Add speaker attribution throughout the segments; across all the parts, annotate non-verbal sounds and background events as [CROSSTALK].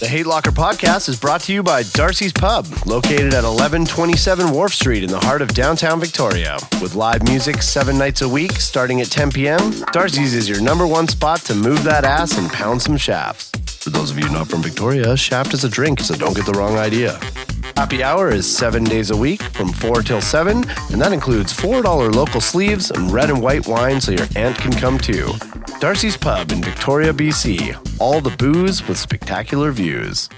Speaker 1: The Hate Locker podcast is brought to you by Darcy's Pub, located at 1127 Wharf Street in the heart of downtown Victoria. With live music seven nights a week starting at 10 p.m., Darcy's is your number one spot to move that ass and pound some shafts. For those of you not from Victoria, shaft is a drink, so don't get the wrong idea. Happy hour is seven days a week from 4 till 7, and that includes $4 local sleeves and red and white wine so your aunt can come too. Darcy's Pub in Victoria, BC. All the booze with spectacular views.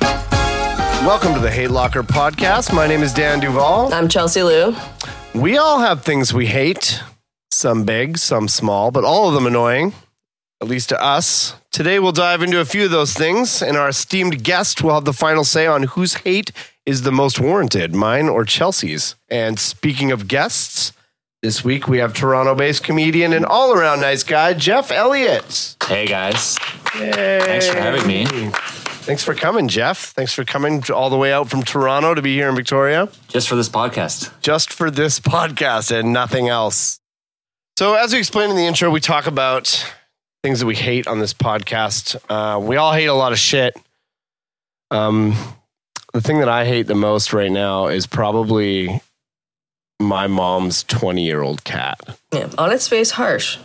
Speaker 1: Welcome to the Hate Locker podcast. My name is Dan Duval.
Speaker 2: I'm Chelsea Lou.
Speaker 1: We all have things we hate, some big, some small, but all of them annoying, at least to us. Today, we'll dive into a few of those things, and our esteemed guest will have the final say on whose hate is the most warranted, mine or Chelsea's. And speaking of guests, this week we have Toronto based comedian and all around nice guy, Jeff Elliott.
Speaker 3: Hey guys. Thanks for having me.
Speaker 1: Thanks for coming, Jeff. Thanks for coming all the way out from Toronto to be here in Victoria.
Speaker 3: Just for this podcast.
Speaker 1: just for this [LAUGHS] podcast and nothing else. So, as we explained in the intro, we talk about things that we hate on this podcast. Uh, we all hate a lot of shit. Um, the thing that I hate the most right now is probably my mom's 20 year old cat.
Speaker 2: Yeah, on its face, harsh.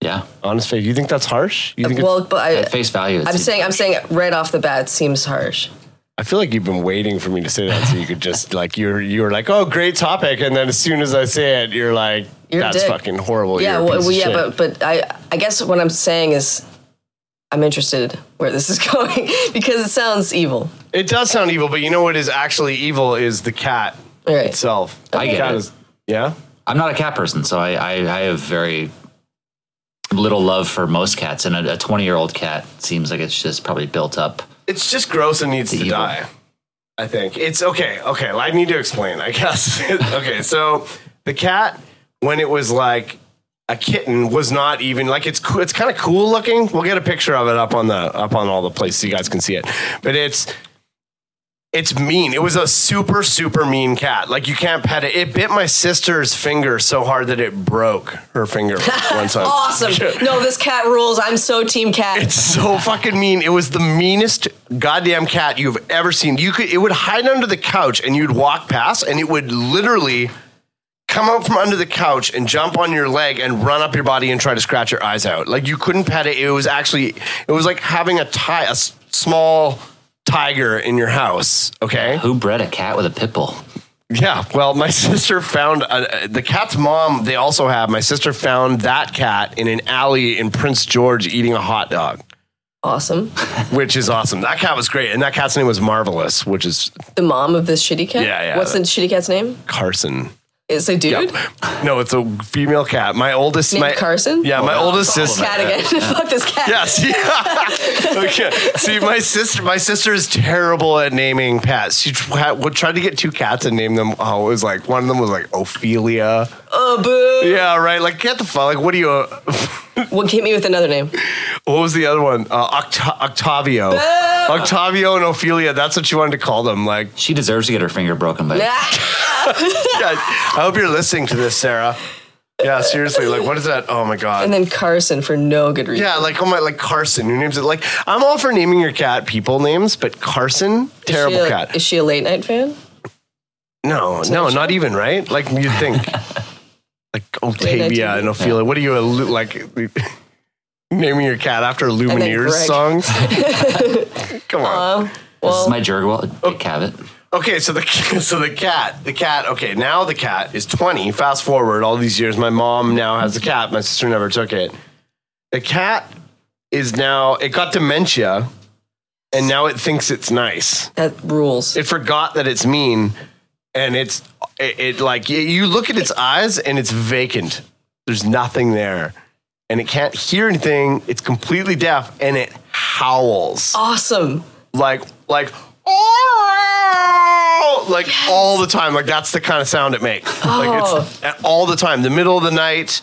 Speaker 3: Yeah.
Speaker 1: Honestly, you think that's harsh? You think it's-
Speaker 2: Well, but
Speaker 3: At
Speaker 2: I,
Speaker 3: face value. it's-
Speaker 2: I'm saying, I'm saying it right off the bat, it seems harsh.
Speaker 1: I feel like you've been waiting for me to say that, so you could just [LAUGHS] like you're you're like, oh, great topic, and then as soon as I say it, you're like,
Speaker 2: You're a
Speaker 1: that's
Speaker 2: dick.
Speaker 1: fucking horrible.
Speaker 2: Yeah,
Speaker 1: You're a
Speaker 2: well,
Speaker 1: piece of
Speaker 2: well, yeah,
Speaker 1: shit.
Speaker 2: but but I I guess what I'm saying is, I'm interested where this is [LAUGHS] going because it sounds evil.
Speaker 1: It does sound evil, but you know what is actually evil is the cat
Speaker 2: All right.
Speaker 1: itself.
Speaker 3: I
Speaker 1: The
Speaker 3: get
Speaker 1: cat
Speaker 3: it.
Speaker 1: is- yeah.
Speaker 3: I'm not a cat person, so I, I, I have very little love for most cats. And a 20 year old cat seems like it's just probably built up.
Speaker 1: It's just gross and needs to
Speaker 3: evil.
Speaker 1: die. I think it's okay. Okay, I need to explain. I guess. [LAUGHS] okay, so the cat when it was like a kitten was not even like it's coo- it's kind of cool looking. We'll get a picture of it up on the up on all the places you guys can see it. But it's it's mean. It was a super super mean cat. Like you can't pet it. It bit my sister's finger so hard that it broke her finger one time. [LAUGHS]
Speaker 2: Awesome. No, this cat rules. I'm so team cat.
Speaker 1: It's so [LAUGHS] fucking mean. It was the meanest goddamn cat you've ever seen. You could it would hide under the couch and you'd walk past and it would literally come out from under the couch and jump on your leg and run up your body and try to scratch your eyes out. Like you couldn't pet it. It was actually it was like having a ti- a s- small tiger in your house, okay?
Speaker 3: Who bred a cat with a pit bull?
Speaker 1: Yeah. Well, my [LAUGHS] sister found uh, the cat's mom. They also have my sister found that cat in an alley in Prince George eating a hot dog
Speaker 2: Awesome.
Speaker 1: which is awesome. That cat was great, and that cat's name was Marvelous, which is
Speaker 2: The mom of this shitty cat.
Speaker 1: Yeah, yeah.
Speaker 2: What's the shitty cat's name?
Speaker 1: Carson.
Speaker 2: It's a dude.
Speaker 1: No, it's a female cat. My oldest,
Speaker 2: Named
Speaker 1: my
Speaker 2: Carson?
Speaker 1: Yeah, my oldest sister. [LAUGHS]
Speaker 2: Cat again. Fuck this cat.
Speaker 1: Yes. [LAUGHS] Yeah. okay. See, my sister, my sister is terrible at naming pets. She tried, would try to get two cats and name them. Oh, it was like one of them was like Ophelia.
Speaker 2: Oh, boo.
Speaker 1: Yeah, right. Like get the fuck. Like what do you? Uh,
Speaker 2: What hit me with another name?
Speaker 1: what was the other one? Uh, Oct- Octavio. Octavio and Ophelia. That's what she wanted to call them. Like
Speaker 3: She deserves to get her finger broken by
Speaker 2: Ah,
Speaker 1: Yeah, I hope you're listening to this, Sarah. Yeah, seriously, like what is that? Oh my god.
Speaker 2: and then Carson for no good reason.
Speaker 1: Yeah, like oh my, like Carson. Who names it? Like I'm all for naming your cat people names, but Carson, terrible
Speaker 2: Is she a-
Speaker 1: cat.
Speaker 2: Is she a late night fan?
Speaker 1: No, no, not even right. Like you'd
Speaker 2: [LAUGHS]
Speaker 1: think, like Octavia
Speaker 2: TV.
Speaker 1: and Ophelia. What are you a lu- like [LAUGHS] naming your cat after Lumineers
Speaker 2: Greg.
Speaker 1: songs?
Speaker 2: [LAUGHS]
Speaker 1: Come on.
Speaker 3: This is my Jergwell,
Speaker 2: oh,
Speaker 3: Dick Cavett.
Speaker 1: Okay, so the [LAUGHS] so the cat, the cat. Okay, now the cat is twenty. Fast forward all these years, my mom now has the cat. My sister never took it. The cat is now it got dementia, and now it thinks it's nice.
Speaker 2: That rules.
Speaker 1: It forgot that it's mean, and it's it, it like you- you look at its eyes and it's vacant. There's nothing there, and it can't hear anything. It's completely deaf, and it howls
Speaker 2: Awesome.
Speaker 1: like like "Oh!" like all the time like that's the kind of sound it makes like it's and all the time the middle of the night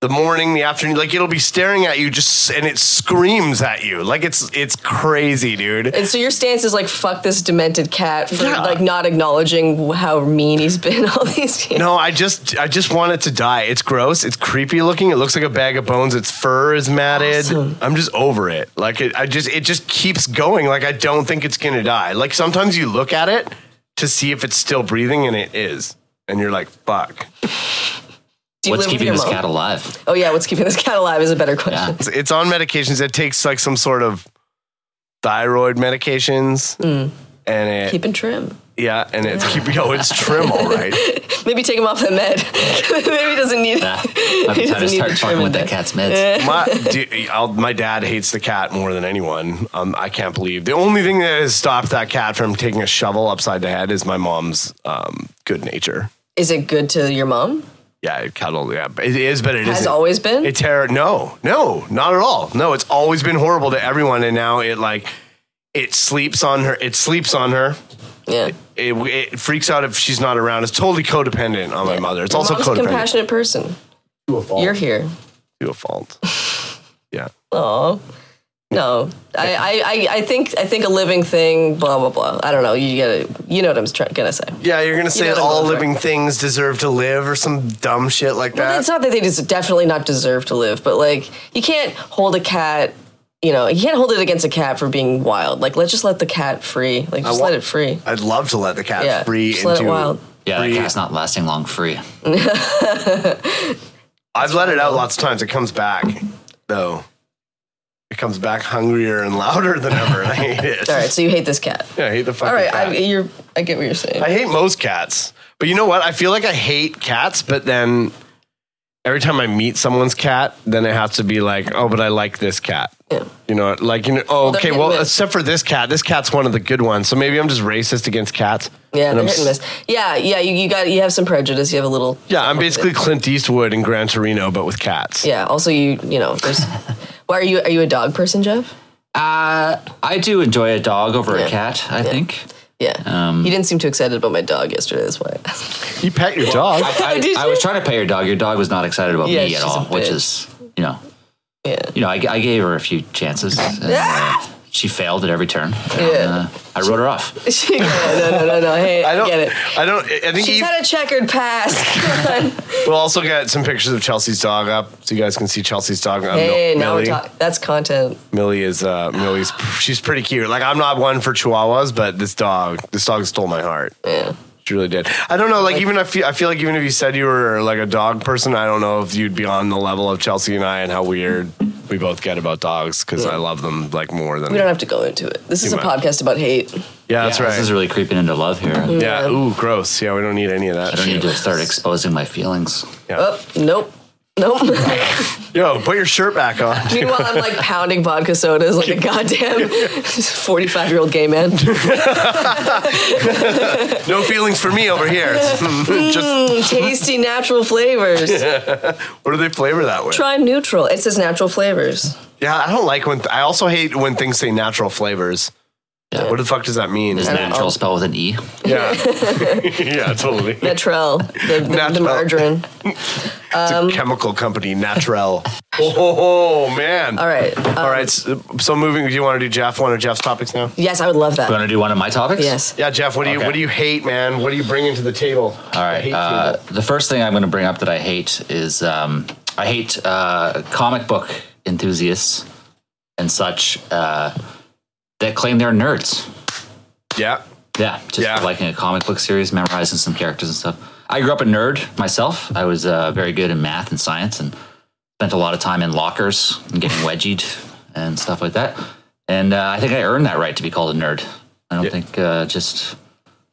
Speaker 1: the morning the afternoon like it'll be staring at you just and it screams at you like it's it's crazy dude
Speaker 2: And so your stance is like, fuck this demented cat for
Speaker 1: Yeah.
Speaker 2: like not acknowledging how mean he's been [LAUGHS] all these years.
Speaker 1: no i just i just want it to die it's gross it's creepy looking it looks like a bag of bones its fur is matted i'm just over it like it, i just it just keeps going like i don't think it's gonna die like sometimes you look at it to see if it's still breathing and it is and you're like fuck
Speaker 2: Do you
Speaker 3: What's
Speaker 2: live with
Speaker 3: keeping
Speaker 2: your
Speaker 3: this
Speaker 2: mom?
Speaker 3: cat alive?
Speaker 2: [LAUGHS] Oh yeah, what's keeping this cat alive is a better question.
Speaker 1: it's, it's on medications that takes like some sort of thyroid medications and it
Speaker 2: Keep in trim.
Speaker 1: yeah and it's keep oh it's trim all right
Speaker 2: Maybe take him off the med. [LAUGHS] Maybe he doesn't need.
Speaker 3: Ah,
Speaker 2: [LAUGHS]
Speaker 3: I'm
Speaker 2: He
Speaker 3: trying
Speaker 2: doesn't
Speaker 3: to
Speaker 2: need
Speaker 3: start
Speaker 2: the
Speaker 3: talking
Speaker 2: trim
Speaker 3: with
Speaker 2: with
Speaker 3: that
Speaker 2: it.
Speaker 3: cat's mitts.
Speaker 1: my, do, I'll, my dad hates the cat more than anyone um, i can't believe the only thing that has stopped that cat from taking a shovel upside the head is my mom's um, good nature
Speaker 2: Is it good to your mom?
Speaker 1: yeah it cuddled yeah but it is but it
Speaker 2: Has
Speaker 1: isn't.
Speaker 2: always been.
Speaker 1: It terror. No, no, not at all. No, it's always been horrible to everyone, and now it like it sleeps on her. It sleeps on her.
Speaker 2: yeah.
Speaker 1: It, it freaks out if she's not around. It's totally codependent on my mother. It's
Speaker 2: Your
Speaker 1: also
Speaker 2: mom's a
Speaker 1: codependent
Speaker 2: compassionate person.
Speaker 1: to a fault.
Speaker 2: You're here.
Speaker 1: to a fault.
Speaker 2: [LAUGHS]
Speaker 1: yeah.
Speaker 2: Oh no, I, I, I- I think I think a living thing. Blah blah blah. I don't know. You get you know what I'm trying, gonna say.
Speaker 1: Yeah, you're gonna say
Speaker 2: know what
Speaker 1: all
Speaker 2: I'm
Speaker 1: living things deserve to live or some dumb shit like
Speaker 2: Well,
Speaker 1: that.
Speaker 2: it's not that they just definitely not deserve to live, but like you can't hold a cat. You know, you can't hold it against a cat for being wild. Like, let's just let the cat free. Like, just
Speaker 1: wa-
Speaker 2: let it free.
Speaker 1: I'd love to let the cat
Speaker 2: Yeah,
Speaker 1: free
Speaker 2: just let it
Speaker 1: into.
Speaker 2: wild.
Speaker 3: Yeah, that
Speaker 1: free-
Speaker 3: cat's not lasting long free.
Speaker 1: I've let it out lots of times. It comes back though. It comes back hungrier and [LAUGHS] louder than ever. I hate it.
Speaker 2: All right, so you hate this cat.
Speaker 1: Yeah, I hate the fucking
Speaker 2: All right,
Speaker 1: cat.
Speaker 2: I, you're. I get what you're saying.
Speaker 1: I hate most cats. But you know what? I feel like I hate cats, but then every time I meet someone's cat, then it has to be like, oh, but I like this cat.
Speaker 2: Yeah.
Speaker 1: You know, like, you know, oh,
Speaker 2: they're
Speaker 1: okay,
Speaker 2: hit and
Speaker 1: well,
Speaker 2: miss.
Speaker 1: except for this cat. This cat's one of the good ones. So maybe I'm just racist against cats.
Speaker 2: yeah,
Speaker 1: And
Speaker 2: they're
Speaker 1: I'm
Speaker 2: hit and
Speaker 1: s-
Speaker 2: miss. Yeah, yeah. You, you got. You have some prejudice. You have a little.
Speaker 1: Yeah, I'm basically Clint Eastwood in Gran Torino, but with cats.
Speaker 2: Yeah. Also, you. You know. There's. [LAUGHS] Why are you? Are you a dog person, Jeff?
Speaker 3: Uh, I do enjoy a dog over
Speaker 2: Yeah.
Speaker 3: a cat. I think
Speaker 2: Yeah. you didn't seem too excited about my dog yesterday. That's why.
Speaker 1: You pet your dog.
Speaker 2: [LAUGHS]
Speaker 3: I,
Speaker 2: Oh, Did
Speaker 3: I
Speaker 2: you?
Speaker 3: was trying to pet your dog. Your dog was not excited about
Speaker 2: Yeah,
Speaker 3: me
Speaker 2: she's
Speaker 3: at
Speaker 2: a
Speaker 3: all, which
Speaker 2: bitch.
Speaker 3: is you know,
Speaker 2: yeah.
Speaker 3: you know, I, I gave her a few chances. And,
Speaker 2: [LAUGHS]
Speaker 3: uh, she failed at every turn. and,
Speaker 2: Yeah.
Speaker 3: uh, I wrote her off.
Speaker 2: [LAUGHS] She- no, no, no, no. Hey,
Speaker 1: I
Speaker 2: I
Speaker 1: don't
Speaker 2: get it.
Speaker 1: I don't I think
Speaker 2: She's
Speaker 1: Eve-
Speaker 2: had a checkered past.
Speaker 1: [LAUGHS]
Speaker 2: Come on.
Speaker 1: we'll also get some pictures of Chelsea's dog up so you guys can see Chelsea's dog. Um,
Speaker 2: hey,
Speaker 1: Mil-
Speaker 2: now we're
Speaker 1: Millie.
Speaker 2: talking. That's content.
Speaker 1: Millie is uh Millie's she's pretty cute. Like I'm not one for chihuahuas, but this dog this dog stole my heart.
Speaker 2: Yeah.
Speaker 1: She really did. I don't know, like, even I feel I feel like even if you said you were like a dog person, I don't know if you'd be on the level of Chelsea and I and how weird we both get about dogs because I love them like more than
Speaker 2: We don't have to go into it. This is a
Speaker 1: might.
Speaker 2: podcast about hate.
Speaker 1: Yeah, that's
Speaker 3: Yeah,
Speaker 1: right.
Speaker 3: This is really creeping into love here.
Speaker 1: yeah, ooh, gross. Yeah, we don't need any of that.
Speaker 3: I don't
Speaker 1: shit.
Speaker 3: need to start exposing my feelings.
Speaker 1: Yeah.
Speaker 2: Oh, nope. Nope. [LAUGHS]
Speaker 1: Yo, put your shirt back on.
Speaker 2: Meanwhile, I'm like pounding vodka
Speaker 1: [LAUGHS]
Speaker 2: sodas like a goddamn [LAUGHS] 45 year old gay man.
Speaker 1: No feelings for me over here. [LAUGHS] Just
Speaker 2: Tasty natural flavors.
Speaker 1: what do they flavor that with?
Speaker 2: Try neutral. It says natural flavors.
Speaker 1: Yeah, I don't like when. I also hate when things say natural flavors.
Speaker 3: Yeah.
Speaker 1: What the fuck does that mean?
Speaker 3: Is natural spell with an E?
Speaker 1: Yeah. [LAUGHS] yeah, totally. It's
Speaker 2: Natrel, the, the, the
Speaker 1: Natrel.
Speaker 2: margarine.
Speaker 3: Um,
Speaker 1: a chemical company,
Speaker 3: [LAUGHS]
Speaker 1: Natrel. oh, man.
Speaker 2: All right.
Speaker 3: um,
Speaker 2: Uh,
Speaker 1: All right. So, so moving, do you want to do Jeff? One of Jeff's topics now?
Speaker 2: yes, I would love
Speaker 3: You
Speaker 2: that.
Speaker 3: want to do one of my topics?
Speaker 2: Yes.
Speaker 1: Yeah, Jeff. What do you
Speaker 3: Okay.
Speaker 1: What do you hate, man? What are you bringing to the table?
Speaker 3: All
Speaker 1: I
Speaker 3: right.
Speaker 1: hate
Speaker 3: Uh,
Speaker 1: people.
Speaker 3: the first thing I'm going to bring up that I hate is um, I hate uh, comic book enthusiasts and such uh, that claim they're nerds.
Speaker 1: Yeah.
Speaker 3: Yeah, just
Speaker 1: Yeah.
Speaker 3: liking a comic book series, memorizing some characters and stuff. I grew up a nerd myself. I was uh, very good in math and science, and spent a lot of time in lockers
Speaker 2: [LAUGHS]
Speaker 3: and getting wedgied and stuff like that. And uh, I think I earned that right to be called a nerd. I don't think uh, just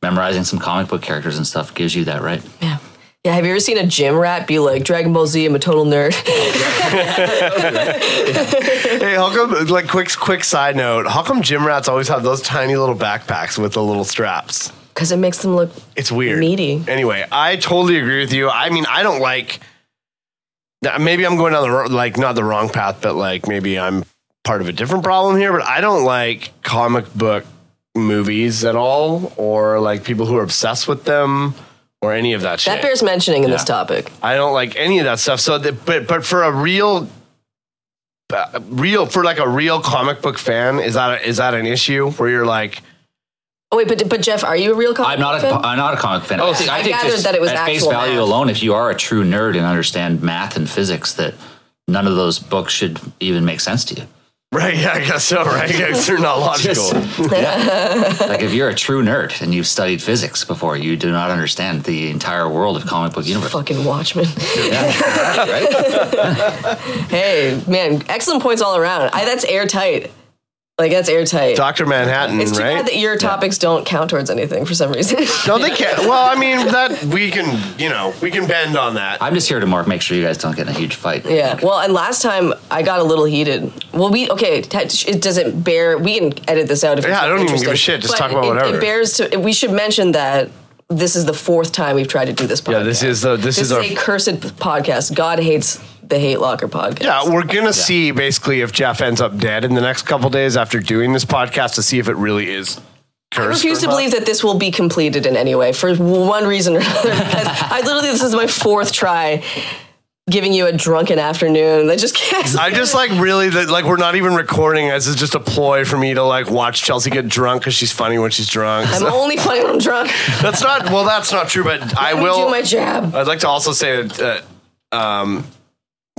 Speaker 3: memorizing some comic book characters and stuff gives you that right.
Speaker 2: Yeah. Yeah, have you ever seen a gym rat be like, Dragon Ball Z, I'm a total nerd? [LAUGHS]
Speaker 1: Hey, how come? Like, quick, quick side note. How come gym rats always have those tiny little backpacks with the little straps?
Speaker 2: Because it makes them look.
Speaker 1: It's weird.
Speaker 2: Meaty.
Speaker 1: Anyway, I totally agree with you. I mean, I don't like. that- Maybe I'm going down the ro- like not the wrong path, but like maybe I'm part of a different problem here, but I don't like comic book movies at all, or like people who are obsessed with them, or any of that shit.
Speaker 2: That bears mentioning in this topic.
Speaker 1: I don't like any of that stuff. So, the, but but for a real, uh, real for like a real comic book fan, is that a, is that an issue where you're like,
Speaker 2: Oh wait, but but Jeff, are you a real comic
Speaker 3: I'm not
Speaker 2: book
Speaker 3: a,
Speaker 2: fan?
Speaker 3: I'm not a comic fan.
Speaker 1: Oh,
Speaker 3: think-
Speaker 2: I
Speaker 3: think
Speaker 2: gathered
Speaker 3: just
Speaker 2: that it was
Speaker 3: at face
Speaker 2: actual
Speaker 3: value
Speaker 2: math.
Speaker 3: alone. If you are a true nerd and understand math and physics, that none of those books should even make sense to you.
Speaker 1: right? Yeah, I guess so. Right? Because they're not logical.
Speaker 3: Like if you're a true nerd and you've studied physics before, you do not understand the entire world of comic book universe.
Speaker 2: [LAUGHS] Fucking Watchmen.
Speaker 3: Yeah.
Speaker 2: [LAUGHS]
Speaker 3: right?
Speaker 2: hey, man, excellent points all around. I that's airtight. Like that's airtight.
Speaker 1: Doctor Manhattan,
Speaker 2: it's too
Speaker 1: right?
Speaker 2: bad that your topics don't count towards anything for some reason. [LAUGHS]
Speaker 1: no, they can't. Well, I mean that we can, you know, we can bend on that.
Speaker 3: I'm just here to mark, make sure you guys don't get in a huge fight.
Speaker 2: yeah. Well, and last time I got a little heated. Well, we okay. t- It doesn't bear. We can edit this out if
Speaker 1: Yeah,
Speaker 2: it's
Speaker 1: I don't even give a
Speaker 2: interesting.
Speaker 1: shit, just
Speaker 2: But
Speaker 1: talk about
Speaker 2: it,
Speaker 1: whatever.
Speaker 2: It bears to. We should mention that this is the fourth time we've tried to do this. podcast.
Speaker 1: yeah, this is the this,
Speaker 2: This
Speaker 1: is
Speaker 2: is
Speaker 1: our.
Speaker 2: a cursed podcast. God hates the Hate Locker podcast.
Speaker 1: yeah, we're gonna see basically if Jeff ends up dead in the next couple days after doing this podcast to see if it really is.
Speaker 2: I
Speaker 1: cursed
Speaker 2: refuse
Speaker 1: or
Speaker 2: to
Speaker 1: not.
Speaker 2: believe that this will be completed in any way for one reason or another.
Speaker 1: [LAUGHS]
Speaker 2: Because I literally, this is my fourth try giving you a drunken afternoon. I just can't.
Speaker 1: I just like really that like we're not even recording. This is just a ploy for me to like watch Chelsea get drunk because she's funny when she's drunk.
Speaker 2: I'm
Speaker 1: So-
Speaker 2: only funny when I'm drunk.
Speaker 1: that's not well. That's not true. But I
Speaker 2: Let me
Speaker 1: will.
Speaker 2: do my jab.
Speaker 1: I'd like to also say that uh, um,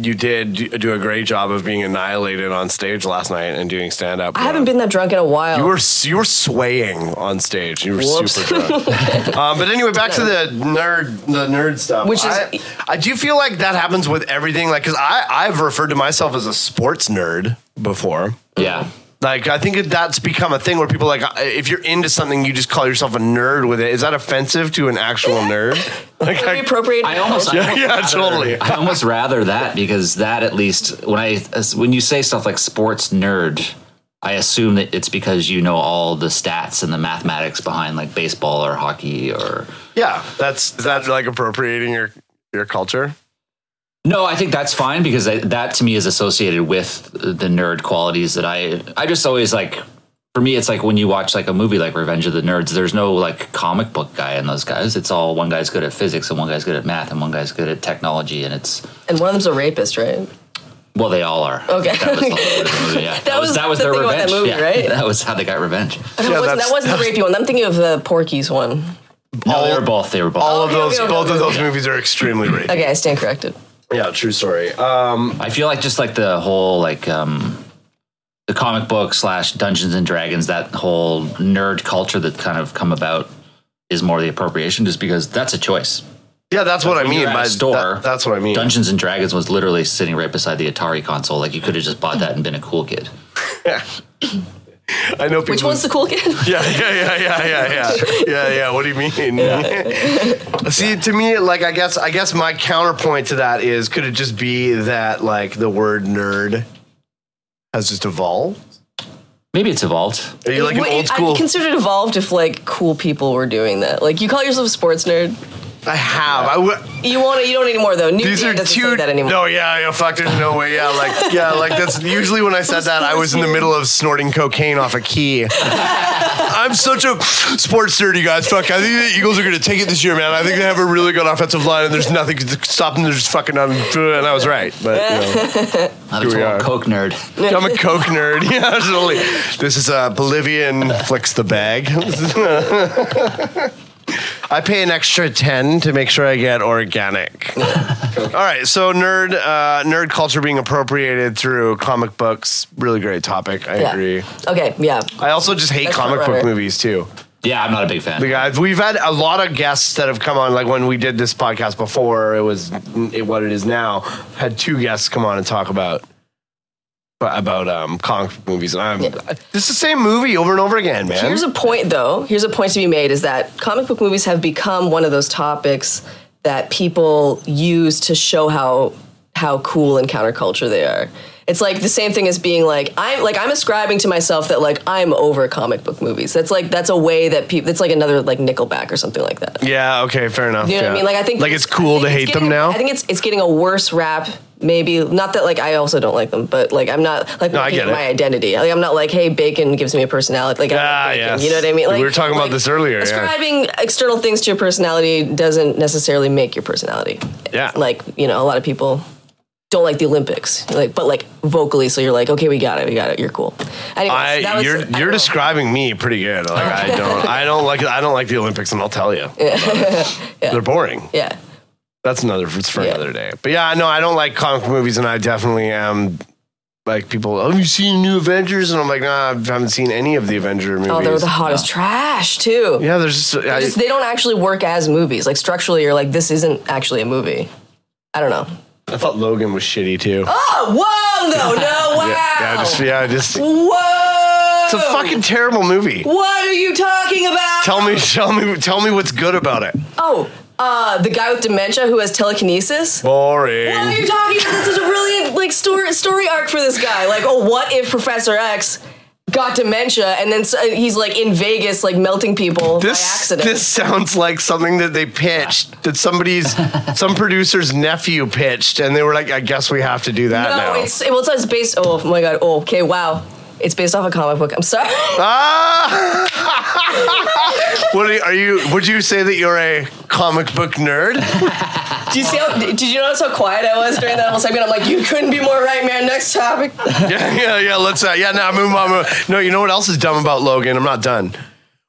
Speaker 1: you did do- do a great job of being annihilated on stage last night and doing stand up.
Speaker 2: I haven't been that drunk in a while.
Speaker 1: You were you were swaying on stage. You were
Speaker 2: Whoops.
Speaker 1: super drunk.
Speaker 2: [LAUGHS]
Speaker 1: um, but anyway, back to the nerd the nerd stuff.
Speaker 2: Which is-
Speaker 1: I, I do feel like that happens with everything. Like, cause I I've referred to myself as a sports nerd before.
Speaker 3: Yeah.
Speaker 1: Like, I think that that's become a thing where people like if you're into something, you just call yourself a nerd with it. Is that offensive to an
Speaker 2: [LAUGHS]
Speaker 1: actual nerd? Like,
Speaker 2: Are we
Speaker 1: I, [LAUGHS]
Speaker 2: appropriated?
Speaker 3: I almost, I almost
Speaker 1: yeah, totally.
Speaker 3: I almost rather that because that at least when I as- when you say stuff like sports nerd, I assume that it's because you know all the stats and the mathematics behind like baseball or hockey or
Speaker 1: Yeah, that's is that like appropriating your your culture?
Speaker 3: No, I think that's fine because I, that to me is associated with the nerd qualities that I I just always like for me it's like when you watch like a movie like Revenge of the Nerds there's no like comic book guy in those guys it's all one guy's good at physics and one guy's good at math and one guy's good at technology and it's
Speaker 2: and one of them's a rapist, right?
Speaker 3: well they all are
Speaker 2: Okay.
Speaker 3: that was, the whole point of the movie, yeah. that
Speaker 2: was
Speaker 3: that was
Speaker 2: the
Speaker 3: their
Speaker 2: thing about [LAUGHS] that
Speaker 3: revenge
Speaker 2: movie,
Speaker 3: yeah.
Speaker 2: right?
Speaker 3: [LAUGHS] that was how they got revenge
Speaker 2: That wasn't,
Speaker 1: that's-
Speaker 2: that wasn't the rapey one. I'm thinking of the Porky's one.
Speaker 3: no they were both they were both
Speaker 1: All of
Speaker 2: Okay,
Speaker 1: those,
Speaker 2: okay, okay,
Speaker 1: both of
Speaker 2: okay,
Speaker 1: those movies are extremely rated.
Speaker 2: Okay, I stand corrected.
Speaker 1: Yeah, true story. Uh,
Speaker 3: I feel like just like the whole like um the comic book slash Dungeons and Dragons, that whole nerd culture that kind of come about is more the appropriation just because that's a choice.
Speaker 1: yeah, that's what I mean
Speaker 3: You're at
Speaker 1: by
Speaker 3: a store.
Speaker 1: that- that's what I mean.
Speaker 3: Dungeons and Dragons was literally sitting right beside the Atari console. Like you could have just bought that and been a cool kid.
Speaker 1: I know people.
Speaker 2: Which one's the cool kid?
Speaker 1: [LAUGHS] yeah, yeah, yeah, yeah, yeah, yeah, yeah, yeah. What do you mean? [LAUGHS] See, to me, like I guess, I guess my counterpoint to that is, could it just be that like the word nerd has just evolved?
Speaker 3: Maybe it's evolved.
Speaker 1: Are you like an
Speaker 2: Wait,
Speaker 1: old
Speaker 2: I'd
Speaker 1: school?
Speaker 2: consider it evolved if like cool people were doing that. Like you call yourself a sports nerd.
Speaker 1: I have. I would.
Speaker 2: You won't. You don't anymore though. New
Speaker 1: These
Speaker 2: Year
Speaker 1: are
Speaker 2: doesn't
Speaker 1: two.
Speaker 2: say that anymore.
Speaker 1: No, yeah, yeah, fuck. There's no way. Yeah, like, yeah, like that's usually when I said that, I was in the middle of snorting cocaine off a key. I'm such a sports nerd, you guys. Fuck, I think the Eagles are going to take it this year, man. I think they have a really good offensive line, and there's nothing to stop them. They're just fucking on. And I was right, but you
Speaker 3: I'm
Speaker 1: Here
Speaker 3: a
Speaker 1: we are.
Speaker 3: total Coke nerd.
Speaker 1: know, I'm a coke nerd. [LAUGHS] Yeah, totally. This is uh, Bolivian flicks the bag. [LAUGHS] I pay an extra ten to make sure I get
Speaker 2: [LAUGHS]
Speaker 1: organic. All right, so nerd uh, nerd culture being appropriated through comic books, really great topic. I
Speaker 2: Yeah.
Speaker 1: agree.
Speaker 2: Okay. Yeah.
Speaker 1: I also just hate
Speaker 2: That's
Speaker 1: comic book
Speaker 2: front-runner.
Speaker 1: movies too.
Speaker 3: Yeah, I'm not a big fan.
Speaker 1: Like I've, we've had a lot of guests that have come on. Like when we did this podcast before, it was it, what it is now. Had two guests come on and talk about about um, comic book movies, and I'm it's the same movie over and over again, man.
Speaker 2: Here's a point though. Here's a point to be made: is that comic book movies have become one of those topics that people use to show how how cool and counterculture they are. It's like the same thing as being like I'm like I'm ascribing to myself that like I'm over comic book movies. That's like that's a way that people. That's like another like Nickelback or something like that.
Speaker 1: Yeah. Okay. Fair enough.
Speaker 2: You know
Speaker 1: yeah.
Speaker 2: what I mean? Like I think
Speaker 1: like it's cool
Speaker 2: I think
Speaker 1: to
Speaker 2: it's
Speaker 1: hate them
Speaker 2: getting-
Speaker 1: now.
Speaker 2: I think it's it's getting a worse rap. Maybe not that like I also don't like them, but like I'm not like
Speaker 1: I
Speaker 2: making
Speaker 1: get
Speaker 2: it
Speaker 1: it.
Speaker 2: my identity. Like I'm not like hey bacon gives me a personality. Like I like
Speaker 1: Ah,
Speaker 2: bacon,
Speaker 1: yes.
Speaker 2: you know what I mean? Like,
Speaker 1: we were talking
Speaker 2: like,
Speaker 1: about this earlier. Yeah.
Speaker 2: Ascribing external things to your personality doesn't necessarily make your personality.
Speaker 1: Yeah.
Speaker 2: Like you know a lot of people don't like the Olympics, like but like vocally, so you're like okay we got it, we got it, you're cool. Anyways, that
Speaker 1: I,
Speaker 2: was-
Speaker 1: you're
Speaker 2: I
Speaker 1: you're
Speaker 2: don't know.
Speaker 1: describing me pretty good. Like
Speaker 2: [LAUGHS]
Speaker 1: I don't I don't like I don't like the Olympics, and I'll tell you, they're boring.
Speaker 2: [LAUGHS] yeah.
Speaker 1: That's another it's for
Speaker 2: Yeah.
Speaker 1: another day. But yeah, no, I don't like comic movies, and I definitely am. Like people, oh, have you seen New Avengers? And I'm like, nah, I haven't seen any of the Avenger movies.
Speaker 2: Oh, they're the hottest trash too.
Speaker 1: yeah, there's just, I,
Speaker 2: just they don't actually work as movies. Like structurally, you're like, this isn't actually a movie. I don't know.
Speaker 1: I thought Logan was shitty too.
Speaker 2: Oh, whoa, no, no, [LAUGHS] wow.
Speaker 1: Yeah, just yeah, just it's
Speaker 2: whoa.
Speaker 1: a fucking terrible movie.
Speaker 2: What are you talking about?
Speaker 1: Tell me, tell me, tell me what's good about it.
Speaker 2: oh, uh, the guy with dementia who has telekinesis.
Speaker 1: Boring.
Speaker 2: What are you talking about? That's such a brilliant like story story arc for this guy. Like, oh, what if Professor X got dementia and then s- he's like in Vegas, like melting people by
Speaker 1: This
Speaker 2: accident?
Speaker 1: this sounds like something that they pitched that somebody's
Speaker 2: [LAUGHS]
Speaker 1: some producer's nephew pitched, and they were like, "I guess we have to do that
Speaker 2: no,
Speaker 1: now."
Speaker 2: it's well, it's, it's based. Oh my god. Oh, okay. Wow. It's based off a comic book. I'm sorry.
Speaker 1: Ah! [LAUGHS] what are you, are you? Would you say that you're a comic book nerd?
Speaker 2: Do you see how? Did you notice how quiet I was during that whole segment? I'm like, you couldn't be more right, man. Next topic. [LAUGHS]
Speaker 1: yeah, yeah, yeah. Let's. Uh, yeah, no, move on. move- No, you know what else is dumb about Logan? I'm not done.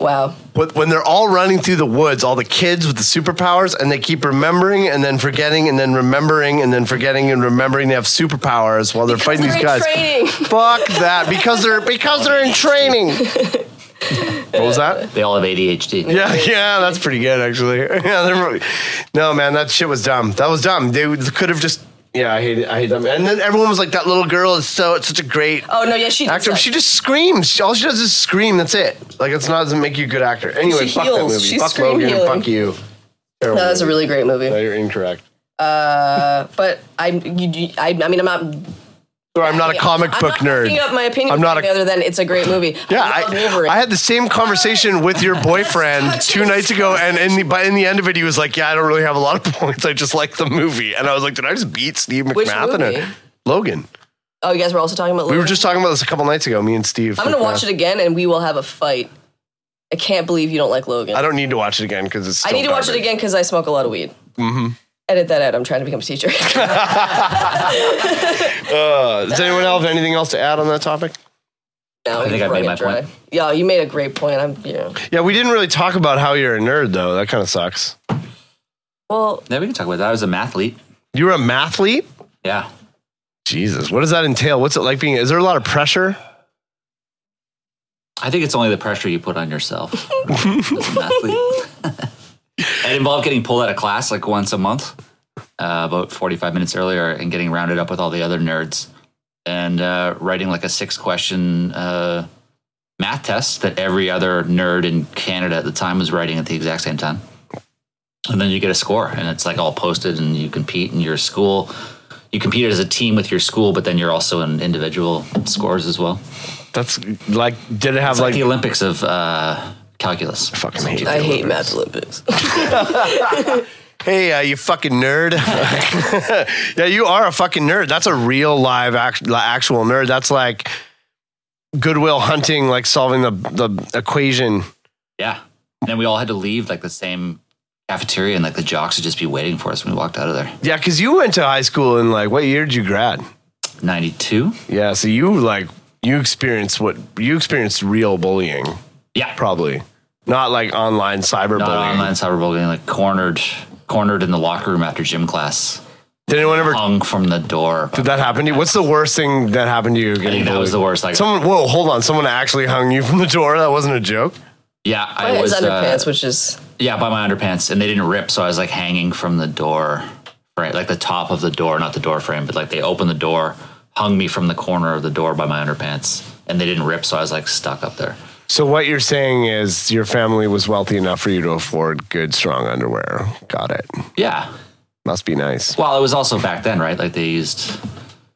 Speaker 2: Wow.
Speaker 1: But when they're all running through the woods, all the kids with the superpowers, and they keep remembering and then forgetting and then remembering and then forgetting and remembering they have superpowers while they're fighting
Speaker 2: they're
Speaker 1: these
Speaker 2: in
Speaker 1: guys.
Speaker 2: training.
Speaker 1: Fuck that because they're because they're in
Speaker 2: [LAUGHS]
Speaker 1: training. what was that?
Speaker 3: They all have ADHD.
Speaker 1: [LAUGHS] Yeah, yeah, that's pretty good actually. [LAUGHS] Yeah, they're really- no man, that shit was dumb. That was dumb. They could have just. Yeah, I hate it. I hate them. And then everyone was like, "That little girl is so it's such a great
Speaker 2: Oh no, yeah, she.
Speaker 1: actor.
Speaker 2: does
Speaker 1: She
Speaker 2: that.
Speaker 1: just screams. She- All she does is scream. That's it. Like it's not doesn't make you a good actor. Anyway,
Speaker 2: She
Speaker 1: fuck
Speaker 2: heals.
Speaker 1: that movie.
Speaker 2: She's
Speaker 1: fuck
Speaker 2: scream
Speaker 1: Logan. and
Speaker 2: healing.
Speaker 1: Fuck you. Terrible
Speaker 2: No, that's a
Speaker 1: movie.
Speaker 2: really great
Speaker 1: No,
Speaker 2: movie.
Speaker 1: you're incorrect.
Speaker 2: But I, you, you- I, I mean, I'm not.
Speaker 1: Or I'm not a comic
Speaker 2: I'm
Speaker 1: book
Speaker 2: not
Speaker 1: nerd.
Speaker 2: backing up my opinion.
Speaker 1: I'm
Speaker 2: I'm
Speaker 1: not
Speaker 2: not
Speaker 1: a-
Speaker 2: other than it's a great movie.
Speaker 1: Yeah,
Speaker 2: love
Speaker 1: I,
Speaker 2: Wolverine.
Speaker 1: I had the same conversation with your
Speaker 2: [LAUGHS]
Speaker 1: boyfriend
Speaker 2: That's
Speaker 1: two nights ago, and in the, by in the end of it, he was like, "Yeah, I don't really have a lot of [LAUGHS] points. I just like the movie." And I was like, "Did I just beat Steve
Speaker 2: Which
Speaker 1: McMath in it?"
Speaker 2: movie?
Speaker 1: Logan.
Speaker 2: oh, you guys were also talking about.
Speaker 1: We were just talking about this a couple nights ago. Me and Steve. uh,
Speaker 2: I'm gonna watch it again, and we will have a fight. I can't believe you don't like Logan.
Speaker 1: I
Speaker 2: I,
Speaker 1: don't need to watch it again because it's. still
Speaker 2: need to watch it
Speaker 1: garbage.
Speaker 2: again because I smoke a lot of weed. Mm-hmm. Edit that out. I'm trying to become a teacher. [LAUGHS]
Speaker 1: Uh, does anyone else have anything else to add on that topic?
Speaker 2: no,
Speaker 3: I think I made my point.
Speaker 2: Yeah, you made a great point. I'm. Yeah.
Speaker 1: Yeah, we didn't really talk about how you're a nerd though. That kind of sucks.
Speaker 2: Well,
Speaker 3: Yeah, we can talk about that. I was a mathlete.
Speaker 1: You're a mathlete?
Speaker 3: Yeah.
Speaker 1: Jesus, what does that entail? What's it like being? Is there a lot of pressure?
Speaker 3: I think it's only the pressure you put on yourself [LAUGHS] as an athlete. [LAUGHS] it involved getting pulled out of class like once a month, uh, about 45 minutes earlier, and getting rounded up with all the other nerds and uh, writing like a six question uh, math test that every other nerd in Canada at the time was writing at the exact same time. And then you get a score, and it's like all posted, and you compete in your school. You compete as a team with your school, but then you're also in individual scores as well.
Speaker 1: That's like, did it have
Speaker 3: It's like,
Speaker 1: like?
Speaker 3: the Olympics of uh, calculus.
Speaker 1: fucking hate
Speaker 2: I
Speaker 1: the
Speaker 2: hate
Speaker 1: Olympics.
Speaker 2: Math Olympics.
Speaker 1: Hey, uh, you fucking nerd. [LAUGHS] yeah, you are a fucking nerd. That's a real live act, li- actual nerd. That's like Goodwill Hunting, like solving the the equation.
Speaker 3: Yeah. And then we all had to leave like the same cafeteria, and like the jocks would just be waiting for us when we walked out of there.
Speaker 1: Yeah, because you went to high school in like what year did you grad?
Speaker 3: Ninety-two.
Speaker 1: Yeah, so you like you experienced what you experienced real bullying.
Speaker 3: Yeah.
Speaker 1: probably not like online cyberbullying.
Speaker 3: Not online cyberbullying, like cornered, cornered in the locker room after gym class,
Speaker 1: Did anyone ever?
Speaker 3: hung from the door.
Speaker 1: Did that happen to you? What's the worst thing that happened to you?
Speaker 3: I
Speaker 1: Getting
Speaker 3: think that was the
Speaker 1: bullied?
Speaker 3: worst. Like,
Speaker 1: Someone, whoa, hold on! Someone actually hung you from the door. That wasn't a joke.
Speaker 3: yeah,
Speaker 2: By
Speaker 3: I
Speaker 2: his
Speaker 3: was.
Speaker 2: underpants,
Speaker 3: Uh,
Speaker 2: which is
Speaker 3: yeah, by my underpants, and they didn't rip, so I was like hanging from the door, right, like the top of the door, not the door frame, but like they opened the door, hung me from the corner of the door by my underpants, and they didn't rip, so I was like stuck up there.
Speaker 1: So what you're saying is your family was wealthy enough for you to afford good, strong underwear. Got it.
Speaker 3: Yeah.
Speaker 1: Must be nice.
Speaker 3: Well, it was also back then, right? Like they used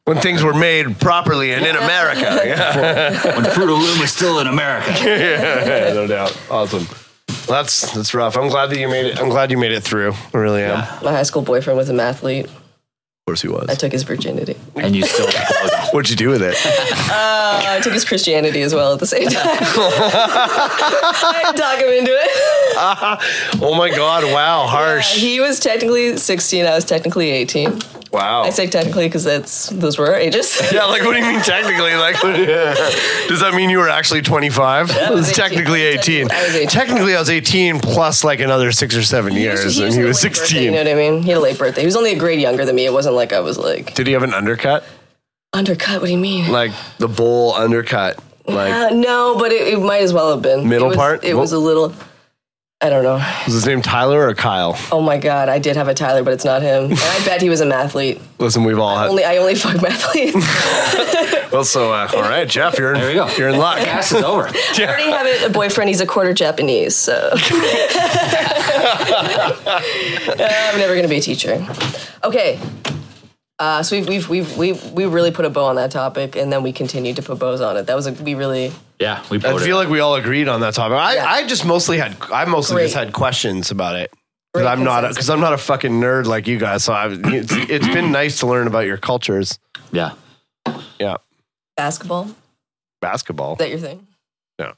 Speaker 1: when things were made properly and in America. Yeah.
Speaker 3: when Fruit of Loom was still in America.
Speaker 1: [LAUGHS] Yeah, no doubt. Awesome. Well, that's that's rough. I'm glad that you made it. I'm glad you made it through. I really am. Of
Speaker 2: My high school boyfriend was an athlete.
Speaker 1: course he
Speaker 2: I
Speaker 1: was.
Speaker 2: took his virginity.
Speaker 3: And you still
Speaker 1: What'd you do with it?
Speaker 2: Uh, I took his Christianity as well at the same time. [LAUGHS] I had to talk him into it.
Speaker 1: [LAUGHS]
Speaker 2: Uh,
Speaker 1: Oh my God! Wow, harsh.
Speaker 2: He was technically 16. I was technically 18.
Speaker 1: Wow.
Speaker 2: I say technically because that's those were our ages.
Speaker 1: yeah, like what do you mean technically? Like, [LAUGHS] what- yeah. does that mean you were actually 25? It was
Speaker 2: was
Speaker 1: technically 18.
Speaker 2: 18. I was 18.
Speaker 1: Technically, I was 18 plus like another six or seven [LAUGHS] years, and he
Speaker 2: a
Speaker 1: was
Speaker 2: late Birthday, you
Speaker 1: 16.
Speaker 2: know what I mean? He had a late birthday. He was only a grade younger than me. It wasn't like I was like
Speaker 1: Did he have an undercut?
Speaker 2: undercut. What do you mean?
Speaker 1: Like the bowl undercut? Like,
Speaker 2: Uh, no, but it, it might as well have been
Speaker 1: Middle
Speaker 2: It was-
Speaker 1: part?
Speaker 2: It
Speaker 1: What-
Speaker 2: was a little. I don't know.
Speaker 1: was his name Tyler or Kyle?
Speaker 2: Oh my god, I did have a Tyler, but it's not him. And I bet he was a mathlete.
Speaker 1: Listen, we've all had.
Speaker 2: Only I only fuck mathletes.
Speaker 1: Well, so uh, all right, Jeff, you're in,
Speaker 3: There we go.
Speaker 1: you're in luck.
Speaker 3: Cast is
Speaker 2: [LAUGHS]
Speaker 3: over.
Speaker 2: I already have a- a boyfriend. He's a quarter Japanese, so Uh, [LAUGHS] I'm never gonna be a teacher. Okay. Uh, so we've, we've we've we've we really put a bow on that topic, and then we continued to put bows on it. That was a, we really
Speaker 3: Yeah, we
Speaker 1: I
Speaker 3: voted.
Speaker 1: feel like we all agreed on that topic. I,
Speaker 2: Yeah.
Speaker 1: I just mostly had I mostly just
Speaker 2: Great.
Speaker 1: had questions about it. Because
Speaker 2: Great
Speaker 1: I'm not
Speaker 2: consensus.
Speaker 1: because I'm not a fucking nerd like you guys. So I've, it's, it's been nice to learn about your cultures.
Speaker 3: yeah.
Speaker 1: Yeah,
Speaker 2: basketball. Is
Speaker 1: basketball.
Speaker 2: that your thing? [LAUGHS]
Speaker 1: No,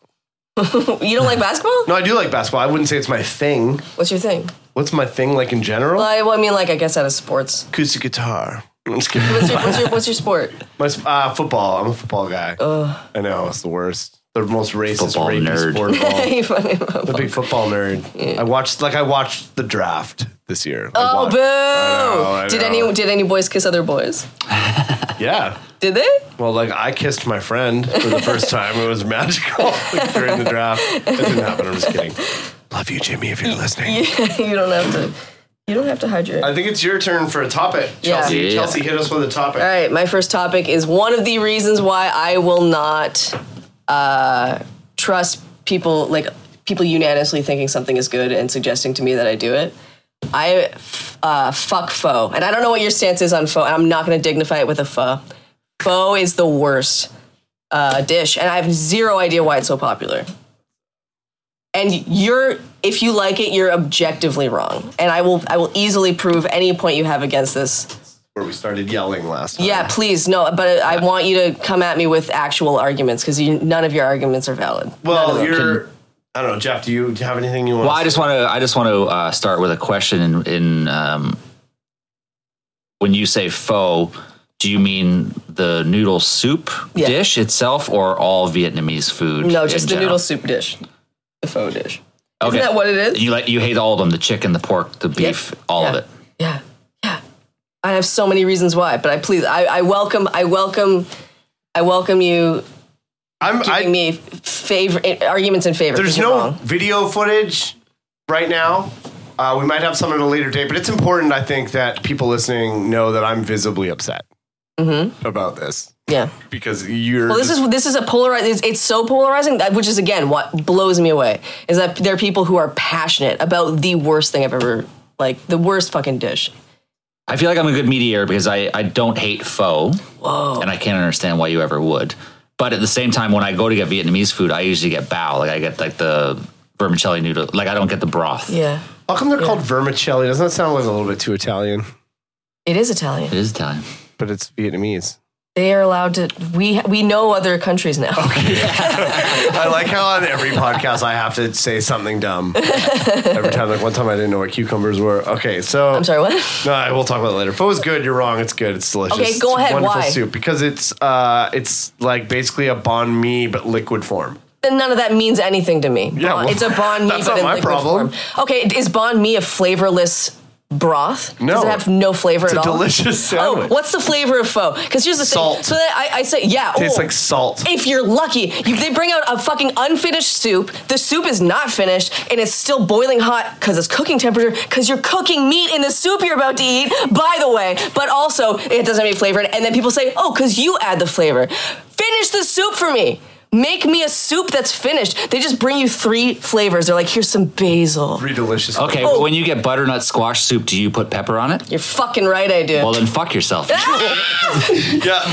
Speaker 2: You don't like basketball?
Speaker 1: no, I do like basketball. I wouldn't say it's my thing.
Speaker 2: What's your thing?
Speaker 1: What's my thing like in
Speaker 2: Well,
Speaker 1: general?
Speaker 2: I, well, I mean, like I guess out of sports.
Speaker 1: Acoustic guitar. I'm just kidding.
Speaker 2: What's your, what's your, what's your sport?
Speaker 1: my sp- uh, football. I'm a football guy. I know it's the worst. The most racist,
Speaker 3: Football
Speaker 1: rapey
Speaker 3: nerd.
Speaker 1: sport of
Speaker 2: [LAUGHS]
Speaker 1: all.
Speaker 2: [LAUGHS] You funny.
Speaker 1: I'm a big football nerd. I watched like I watched the draft this year. Like,
Speaker 2: Oh,
Speaker 1: watched- Oh,
Speaker 2: boo!
Speaker 1: I
Speaker 2: did
Speaker 1: know.
Speaker 2: any did any boys kiss other boys?
Speaker 1: Yeah.
Speaker 2: Did they?
Speaker 1: Well, like I kissed my friend for the first time. It was magical [LAUGHS] like, during the draft. It didn't happen. I'm just kidding. Love you, Jimmy, if you're listening.
Speaker 2: [LAUGHS] you don't have to. You don't have to hide your.
Speaker 1: I think it's your turn for a topic.
Speaker 2: Yeah. Uh,
Speaker 1: Chelsea,
Speaker 3: Yeah.
Speaker 1: Chelsea hit us with a topic.
Speaker 2: All right, my first topic is one of the reasons why I will not uh, trust people like people unanimously thinking something is good and suggesting to me that I do it. I uh, fuck foe, and I don't know what your stance is on pho. and I'm not going to dignify it with a pho. Pho is the worst uh, dish, and I have zero idea why it's so popular. And you're, if you like it, you're objectively wrong, and I will, I will easily prove any point you have against this
Speaker 1: Where we started yelling last time.
Speaker 3: Uh-huh.
Speaker 2: yeah, please. No, but I want you to come at me with actual arguments because none of your arguments are valid. None of
Speaker 1: Well,
Speaker 2: them.
Speaker 1: you're. I don't know, Jeff. Do you do you have anything you want?
Speaker 3: Well, I just want to. I just want to uh, start with a question. In, in um, when you say pho, do you mean the noodle soup
Speaker 2: Yeah.
Speaker 3: dish itself, or all Vietnamese food?
Speaker 2: no,
Speaker 3: in
Speaker 2: just the
Speaker 3: general?
Speaker 2: noodle soup dish, the faux dish.
Speaker 3: Okay.
Speaker 2: Isn't that what it is?
Speaker 3: You like you hate all of them: the chicken, the pork, the beef, all of
Speaker 2: Yeah.
Speaker 3: it.
Speaker 2: Yeah, yeah. I have so many reasons why, but I please, I, I welcome, I welcome, I welcome you
Speaker 1: I'm.
Speaker 2: giving
Speaker 1: I,
Speaker 2: me favor arguments in favor.
Speaker 1: there's
Speaker 2: 'cause you're
Speaker 1: no
Speaker 2: wrong.
Speaker 1: video footage right now. Uh, we might have some at a later date, but it's important. I think that people listening know that I'm visibly upset about this
Speaker 2: Yeah.
Speaker 1: because you're.
Speaker 2: Mm-hmm. Well, this is this is a polarized. It's, it's so polarizing, that, which is again what blows me away is that there are people who are passionate about the worst thing I've ever like the worst fucking dish.
Speaker 3: I feel like I'm a good mediator because I, I don't hate pho. And I can't understand why you ever would. But at the same time, when I go to get Vietnamese food, I usually get bao. Like I get like the vermicelli noodle. Like I don't get the broth.
Speaker 2: Yeah,
Speaker 1: How come they're called vermicelli? Doesn't that sound like a little bit too Italian?
Speaker 2: it is Italian.
Speaker 3: It is Italian.
Speaker 1: But it's Vietnamese.
Speaker 2: They are allowed to. We we know other countries now.
Speaker 1: I like how on every podcast I have to say something
Speaker 2: [LAUGHS]
Speaker 1: dumb. every time, like one time I didn't know what cucumbers were. Okay, so
Speaker 2: I'm sorry. What?
Speaker 1: No, I- we'll talk about it later. Pho is good. You're wrong. It's good. It's delicious.
Speaker 2: Okay, go
Speaker 1: It's
Speaker 2: ahead.
Speaker 1: Wonderful
Speaker 2: Why?
Speaker 1: soup because it's uh, it's like basically a banh mi but liquid form.
Speaker 2: Then none of that means anything to me.
Speaker 1: Yeah, well,
Speaker 2: it's a banh mi,
Speaker 1: that's
Speaker 2: but
Speaker 1: not
Speaker 2: in
Speaker 1: my
Speaker 2: liquid
Speaker 1: problem.
Speaker 2: form. Okay, is banh mi a flavorless broth?
Speaker 1: No.
Speaker 2: does it have no flavor
Speaker 1: It's
Speaker 2: at
Speaker 1: a
Speaker 2: all?
Speaker 1: delicious
Speaker 2: Oh,
Speaker 1: sandwich.
Speaker 2: what's the flavor of pho? Because here's the thing.
Speaker 1: Salt.
Speaker 2: So then I, I say, yeah,
Speaker 1: Tastes
Speaker 2: oh.
Speaker 1: like salt.
Speaker 2: If you're lucky, you, they bring out a fucking unfinished soup. The soup is not finished, and it's still boiling hot because it's cooking temperature. Because you're cooking meat in the soup you're about to eat. By the way, but also it doesn't have any flavor. And then people say, "Oh, because you add the flavor." Finish the soup for me. Make me a soup that's finished. They just bring you three flavors. They're like, here's some basil.
Speaker 1: Three delicious.
Speaker 2: Oh.
Speaker 3: Okay, but when you get butternut squash soup, do you put pepper on it?
Speaker 2: You're fucking right, I do. [LAUGHS]
Speaker 3: Well, then fuck yourself.
Speaker 1: Yeah,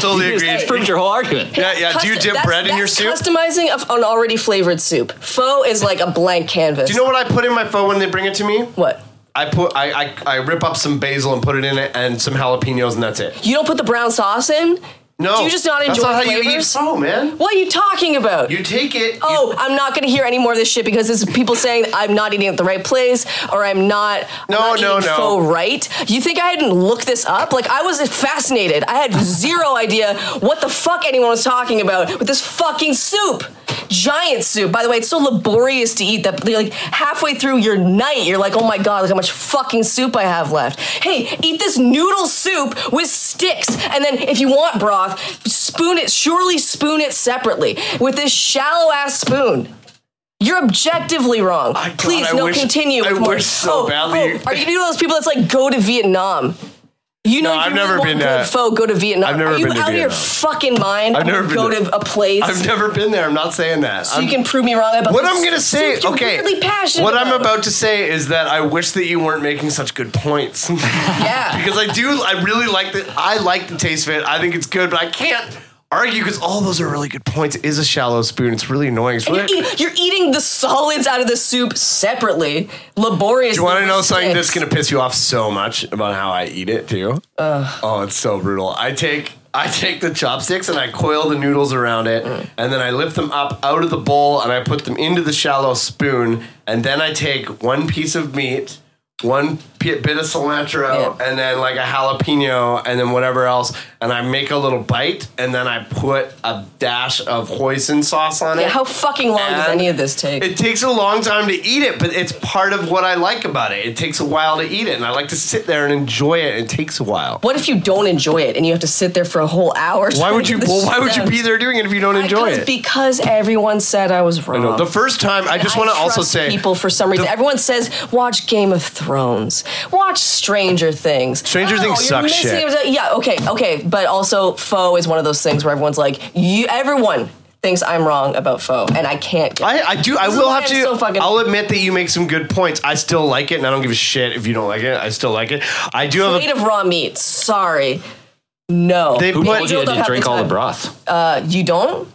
Speaker 1: totally
Speaker 3: You
Speaker 1: agreed.
Speaker 3: just proved your whole argument.
Speaker 1: Yeah, [LAUGHS] yeah. Do you
Speaker 2: Custom-
Speaker 1: dip
Speaker 2: that's-
Speaker 1: bread in your
Speaker 2: that's
Speaker 1: soup?
Speaker 2: Customizing of an already flavored soup. Pho is like a blank canvas.
Speaker 1: Do you know what I put in my phone when they bring it to me?
Speaker 2: what?
Speaker 1: I put I, I I rip up some basil and put it in it and some jalapenos and that's it.
Speaker 2: You don't put the brown sauce in?
Speaker 1: No,
Speaker 2: Do you just not
Speaker 1: that's
Speaker 2: enjoy
Speaker 1: not how you eat
Speaker 2: flavors?
Speaker 1: pho, man.
Speaker 2: What are you talking about?
Speaker 1: You take it. you-
Speaker 2: oh, I'm not going to hear any more of this shit because this is people saying that I'm not eating at the right place or I'm not.
Speaker 1: No,
Speaker 2: I'm not
Speaker 1: no,
Speaker 2: eating
Speaker 1: no.
Speaker 2: Faux right? You think I hadn't looked this up? Like I was fascinated. I had zero [LAUGHS] idea what the fuck anyone was talking about with this fucking soup. Giant soup. By the way, it's so laborious to eat that like halfway through your night, you're like, oh my god, look how much fucking soup I have left. Hey, eat this noodle soup with sticks, and then if you want broth, spoon it. Surely spoon it separately with this shallow ass spoon. You're objectively wrong.
Speaker 1: I- God,
Speaker 2: Please,
Speaker 1: I
Speaker 2: no,
Speaker 1: wish-
Speaker 2: continue.
Speaker 1: I
Speaker 2: with more- Oh,
Speaker 1: wish so badly-
Speaker 2: are you gonna be one of those people that's like go to Vietnam? You know,
Speaker 1: No,
Speaker 2: if
Speaker 1: I've
Speaker 2: you really
Speaker 1: never
Speaker 2: want
Speaker 1: been
Speaker 2: good
Speaker 1: to-
Speaker 2: Pho, go to Vietnam.
Speaker 1: I've never
Speaker 2: are you
Speaker 1: been to
Speaker 2: out of your
Speaker 1: Vietnam.
Speaker 2: fucking mind?
Speaker 1: I've never been
Speaker 2: go
Speaker 1: to-
Speaker 2: to a place.
Speaker 1: I've never been there. I'm not saying that.
Speaker 2: so
Speaker 1: I'm-
Speaker 2: you can prove me wrong about
Speaker 1: what
Speaker 2: this
Speaker 1: I'm gonna say,
Speaker 2: soup you're
Speaker 1: okay.
Speaker 2: Weirdly passionate
Speaker 1: What I'm about to say is that I wish that you weren't making such good points. [LAUGHS]
Speaker 2: Yeah.
Speaker 1: because I do, I really like the, I like the taste of it. I think it's good, but I can't argue because all those are really good points. It is a shallow spoon. It's really annoying. It's really,
Speaker 2: You're, eat- you're eating the solids out of the soup separately, laboriously.
Speaker 1: Do you want to know something that's
Speaker 2: Sticks.
Speaker 1: going to piss you off so much about how I eat it too? oh, it's so brutal. I take I take the chopsticks and I coil the noodles around it,
Speaker 2: Mm.
Speaker 1: and then I lift them up out of the bowl and I put them into the shallow spoon, and then I take one piece of meat, one pi bit of cilantro,
Speaker 2: Yeah.
Speaker 1: and then like a jalapeno, and then whatever else, and I make a little bite, and then I put a dash of hoisin sauce on
Speaker 2: Yeah,
Speaker 1: it.
Speaker 2: how fucking long does
Speaker 1: And
Speaker 2: any of this take?
Speaker 1: It takes a long time to eat it, but it's part of what I like about it. It takes a while to eat it, and I like to sit there and enjoy it. It takes a while.
Speaker 2: what if you don't enjoy it and you have to sit there for a whole hour?
Speaker 1: Why would you? Well, why would you
Speaker 2: there?
Speaker 1: be there doing it if you don't enjoy
Speaker 2: because,
Speaker 1: it?
Speaker 2: Because everyone said I was wrong.
Speaker 1: No, the first time, I just
Speaker 2: I
Speaker 1: want to also
Speaker 2: trust
Speaker 1: say,
Speaker 2: people for some reason.
Speaker 1: the-
Speaker 2: everyone says watch Game of Thrones, watch Stranger Things.
Speaker 1: Stranger Things
Speaker 2: you're
Speaker 1: sucks
Speaker 2: missing
Speaker 1: shit.
Speaker 2: it. Yeah, okay, okay, but also Foe is one of those things where everyone's like, you, everyone thinks I'm wrong about Foe, and I can't. Get
Speaker 1: I, I do. I
Speaker 2: This is
Speaker 1: will
Speaker 2: why
Speaker 1: have
Speaker 2: I'm
Speaker 1: to.
Speaker 2: so fucking-
Speaker 1: I'll admit that you make some good points. I still like it, and I don't give a shit if you don't like it. I still like it. I do have
Speaker 2: Plate
Speaker 1: a.
Speaker 2: of raw meat. Sorry, no.
Speaker 1: They
Speaker 3: Who
Speaker 1: put-
Speaker 3: told you
Speaker 2: build up
Speaker 3: to
Speaker 2: half
Speaker 3: drink
Speaker 2: the
Speaker 3: all the
Speaker 2: time.
Speaker 3: broth?
Speaker 2: Uh, you don't.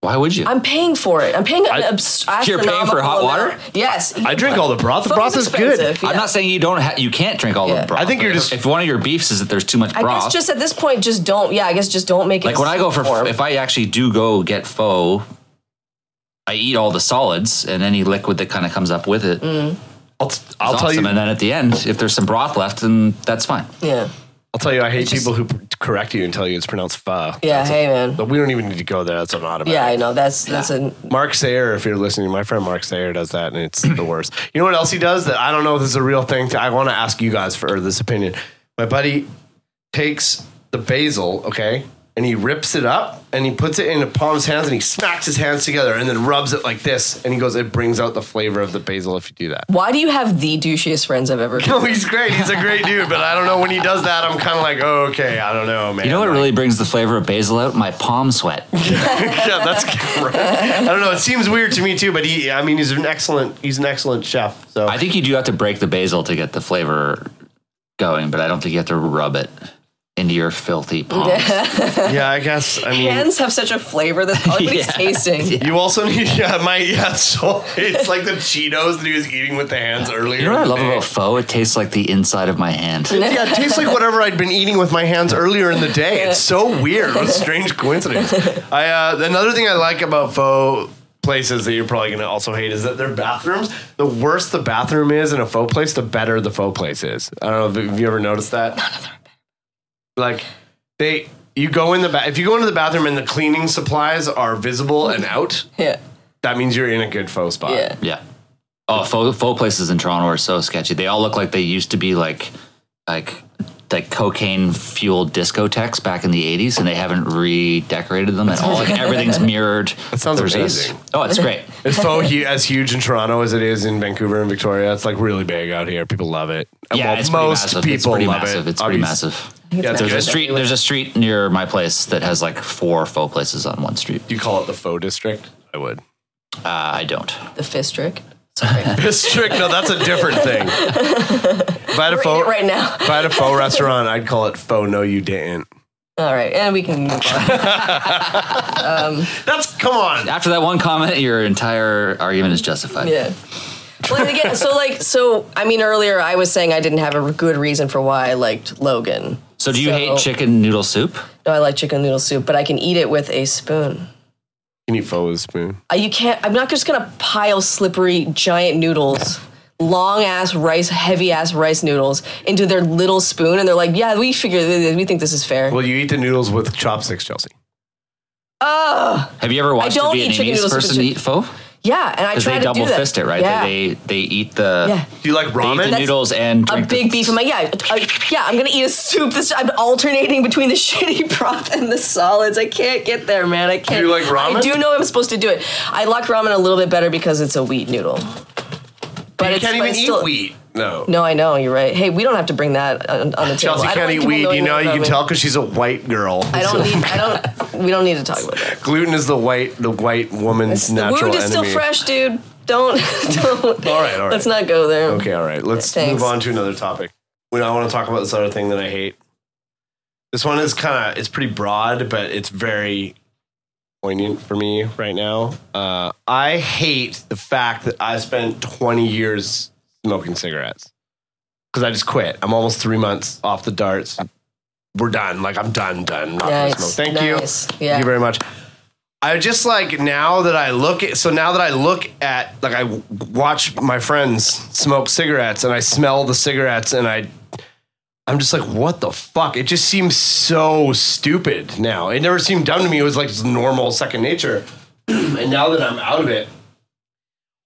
Speaker 3: Why would you?
Speaker 2: I'm paying for it. I'm paying an
Speaker 3: I-
Speaker 2: abs-
Speaker 3: You're paying for hot
Speaker 2: astronomical
Speaker 3: water?
Speaker 2: amount. Yes.
Speaker 1: I drink all the broth. The
Speaker 2: Pho
Speaker 1: broth is good.
Speaker 2: expensive, yeah.
Speaker 3: I'm not saying you don't. Ha- you can't drink all
Speaker 2: Yeah.
Speaker 3: the broth.
Speaker 1: I think you're
Speaker 3: but
Speaker 1: just-
Speaker 3: If one of your beefs is that there's too much
Speaker 2: I
Speaker 3: broth,
Speaker 2: guess just at this point, just don't. Yeah, I guess just don't make it.
Speaker 3: like when I go for,
Speaker 2: form.
Speaker 3: if I actually do go get pho, I eat all the solids and any liquid that kind of comes up with it.
Speaker 1: I'll, t- I'll tell you.
Speaker 3: And then at the end, if there's some broth left, then that's fine.
Speaker 2: yeah,
Speaker 1: I'll tell you. I hate
Speaker 2: just-
Speaker 1: people who p- correct you and tell you it's pronounced pho.
Speaker 2: yeah. Hey, man.
Speaker 1: But we don't even need to go there. That's an automatic.
Speaker 2: Yeah, I know. That's that's an.
Speaker 1: Mark Sayer, if you're listening, my friend Mark Sayer does that, and it's the worst. You know what else he does that I don't know if this is a real thing. I want to ask you guys for this opinion. My buddy takes the basil, okay, and he rips it up and he puts it in a palm's hands and he smacks his hands together and then rubs it like this. And he goes, It brings out the flavor of the basil if you do that. [LAUGHS]
Speaker 2: Why do you have the douchiest friends I've
Speaker 3: [LAUGHS]
Speaker 2: ever?
Speaker 1: No, he's great. He's a great dude, but I don't know when he does that. I'm kind of like, oh, okay, I don't know, man.
Speaker 3: You know what really brings the flavor of basil out? My palm sweat.
Speaker 1: [LAUGHS]
Speaker 3: [LAUGHS]
Speaker 1: yeah, that's right. I don't know. It seems weird to me too, but he, I mean, he's an excellent, he's an excellent chef. So
Speaker 3: I think you do have to break the basil to get the flavor going, but I don't think you have to rub it into your filthy palm.
Speaker 1: yeah, I guess. I mean,
Speaker 2: Hands have such a flavor that
Speaker 3: [LAUGHS]
Speaker 2: everybody's
Speaker 3: Yeah.
Speaker 2: tasting.
Speaker 1: you also need [LAUGHS] yeah, my yeah. So it's like the Cheetos that he was eating with the hands earlier.
Speaker 3: You know what I
Speaker 1: in the
Speaker 3: love
Speaker 1: day.
Speaker 3: about pho? It tastes like the inside of my hand.
Speaker 1: [LAUGHS] Yeah, it tastes like whatever I'd been eating with my hands earlier in the day. It's so weird. What a strange coincidence. I uh, another thing I like about faux places that you're probably gonna also hate is that their bathrooms. The worse the bathroom is in a faux place, the better the faux place is. I don't know if have you ever noticed that. Like they. You go in the ba- if you go into the bathroom and the cleaning supplies are visible and out,
Speaker 2: Yeah,
Speaker 1: that means you're in a good faux spot.
Speaker 2: yeah.
Speaker 3: Uh, Yeah. Oh, faux, faux places in Toronto are so sketchy. They all look like they used to be like, like, like cocaine fueled discotheques back in the '80s, and they haven't redecorated them at all.
Speaker 2: [LAUGHS]
Speaker 3: Like everything's mirrored. That
Speaker 1: sounds amazing.
Speaker 3: oh, it's great.
Speaker 1: It's so
Speaker 2: [LAUGHS]
Speaker 1: hu- as huge in Toronto as it is in Vancouver and Victoria. It's like really big out here. People love it. And
Speaker 3: Yeah,
Speaker 1: while
Speaker 3: it's pretty massive. it's pretty massive. It's pretty
Speaker 1: obvious-
Speaker 3: massive.
Speaker 2: Yeah,
Speaker 3: There's a street. There's a street near my place that has like four faux places on one street.
Speaker 4: Do you call it the faux district?
Speaker 1: I
Speaker 3: [LAUGHS]
Speaker 1: would. [LAUGHS]
Speaker 3: Uh, I don't.
Speaker 2: the fist trick.
Speaker 3: [LAUGHS]
Speaker 1: District? No, that's a different thing. If I had a
Speaker 2: Read it
Speaker 1: faux,
Speaker 2: right now. [LAUGHS]
Speaker 1: if I had a faux restaurant, I'd call it faux. No, you didn't.
Speaker 2: All right, and we can move
Speaker 3: [LAUGHS]
Speaker 2: on.
Speaker 1: That's come on.
Speaker 3: After that one comment, your entire argument is justified.
Speaker 2: yeah. Well, and again, so like, so I mean, earlier I was saying I didn't have a good reason for why I liked Logan.
Speaker 3: So do you
Speaker 2: So-
Speaker 3: hate chicken noodle soup?
Speaker 2: No, I like chicken noodle soup, but I can eat it with a spoon.
Speaker 1: Can you faux with a spoon?
Speaker 2: Uh, You can't. I'm not just gonna pile slippery giant noodles, long ass rice, heavy ass rice noodles into their little spoon, and they're like, "Yeah, we figure th- we think this is fair."
Speaker 1: Well, you eat the noodles with chopsticks, Chelsea.
Speaker 2: Ugh.
Speaker 3: Have you ever watched a
Speaker 2: don't eat chicken
Speaker 3: Vietnamese
Speaker 2: noodles with
Speaker 3: person
Speaker 2: chi-
Speaker 3: eat pho?
Speaker 2: yeah, and I
Speaker 3: Because
Speaker 2: try
Speaker 3: they
Speaker 2: to
Speaker 3: double
Speaker 2: do that.
Speaker 3: fist it, right?
Speaker 2: Yeah,
Speaker 3: They they eat the
Speaker 2: yeah.
Speaker 1: Do you like
Speaker 3: they eat the
Speaker 1: ramen?
Speaker 3: noodles and
Speaker 2: A
Speaker 3: drink the-
Speaker 2: big beef. I'm like, yeah, uh, yeah. I'm gonna eat a soup. This I'm alternating between the [LAUGHS] shitty broth and the solids. I can't get there, man. I can't.
Speaker 1: you like
Speaker 2: I
Speaker 1: ramen?
Speaker 2: do know I'm supposed to do it. I like ramen a little bit better because it's a wheat noodle. But
Speaker 1: you
Speaker 2: it's-
Speaker 1: can't
Speaker 2: but
Speaker 1: even
Speaker 2: it's still-
Speaker 1: eat wheat. No.
Speaker 2: No, I know. You're right. Hey, we don't have to bring that on, on the table.
Speaker 1: Chelsea
Speaker 2: I
Speaker 1: can't
Speaker 2: don't like
Speaker 1: eat
Speaker 2: people
Speaker 1: wheat.
Speaker 2: knowing
Speaker 1: You know,
Speaker 2: that
Speaker 1: you can
Speaker 2: about
Speaker 1: tell
Speaker 2: me.
Speaker 1: because she's a white girl.
Speaker 2: I don't need. I don't. We don't need to talk about that.
Speaker 1: Gluten is the white, the white woman's
Speaker 2: the
Speaker 1: natural
Speaker 2: wound is still
Speaker 1: enemy.
Speaker 2: fresh, dude. Don't. [LAUGHS] don't.
Speaker 1: All right, all right.
Speaker 2: Let's not go there.
Speaker 1: Okay, all right. Let's
Speaker 2: Thanks.
Speaker 1: move on to another topic. We I want to talk about this other thing that I hate. This one is kind of it's pretty broad, but it's very poignant for me right now. Uh, I hate the fact that I spent 20 years smoking cigarettes because I just quit. I'm almost three months off the darts. We're done. Like I'm done. Done. Not gonna
Speaker 2: Nice,
Speaker 1: smoke. Thank
Speaker 2: nice.
Speaker 1: you.
Speaker 2: Yeah.
Speaker 1: Thank you very much. I just like now that I look at so now that I look at like I w- watch my friends smoke cigarettes and I smell the cigarettes and I I'm just like what the fuck it just seems so stupid now it never seemed dumb to me it was like just normal second nature [CLEARS THROAT] and now that I'm out of it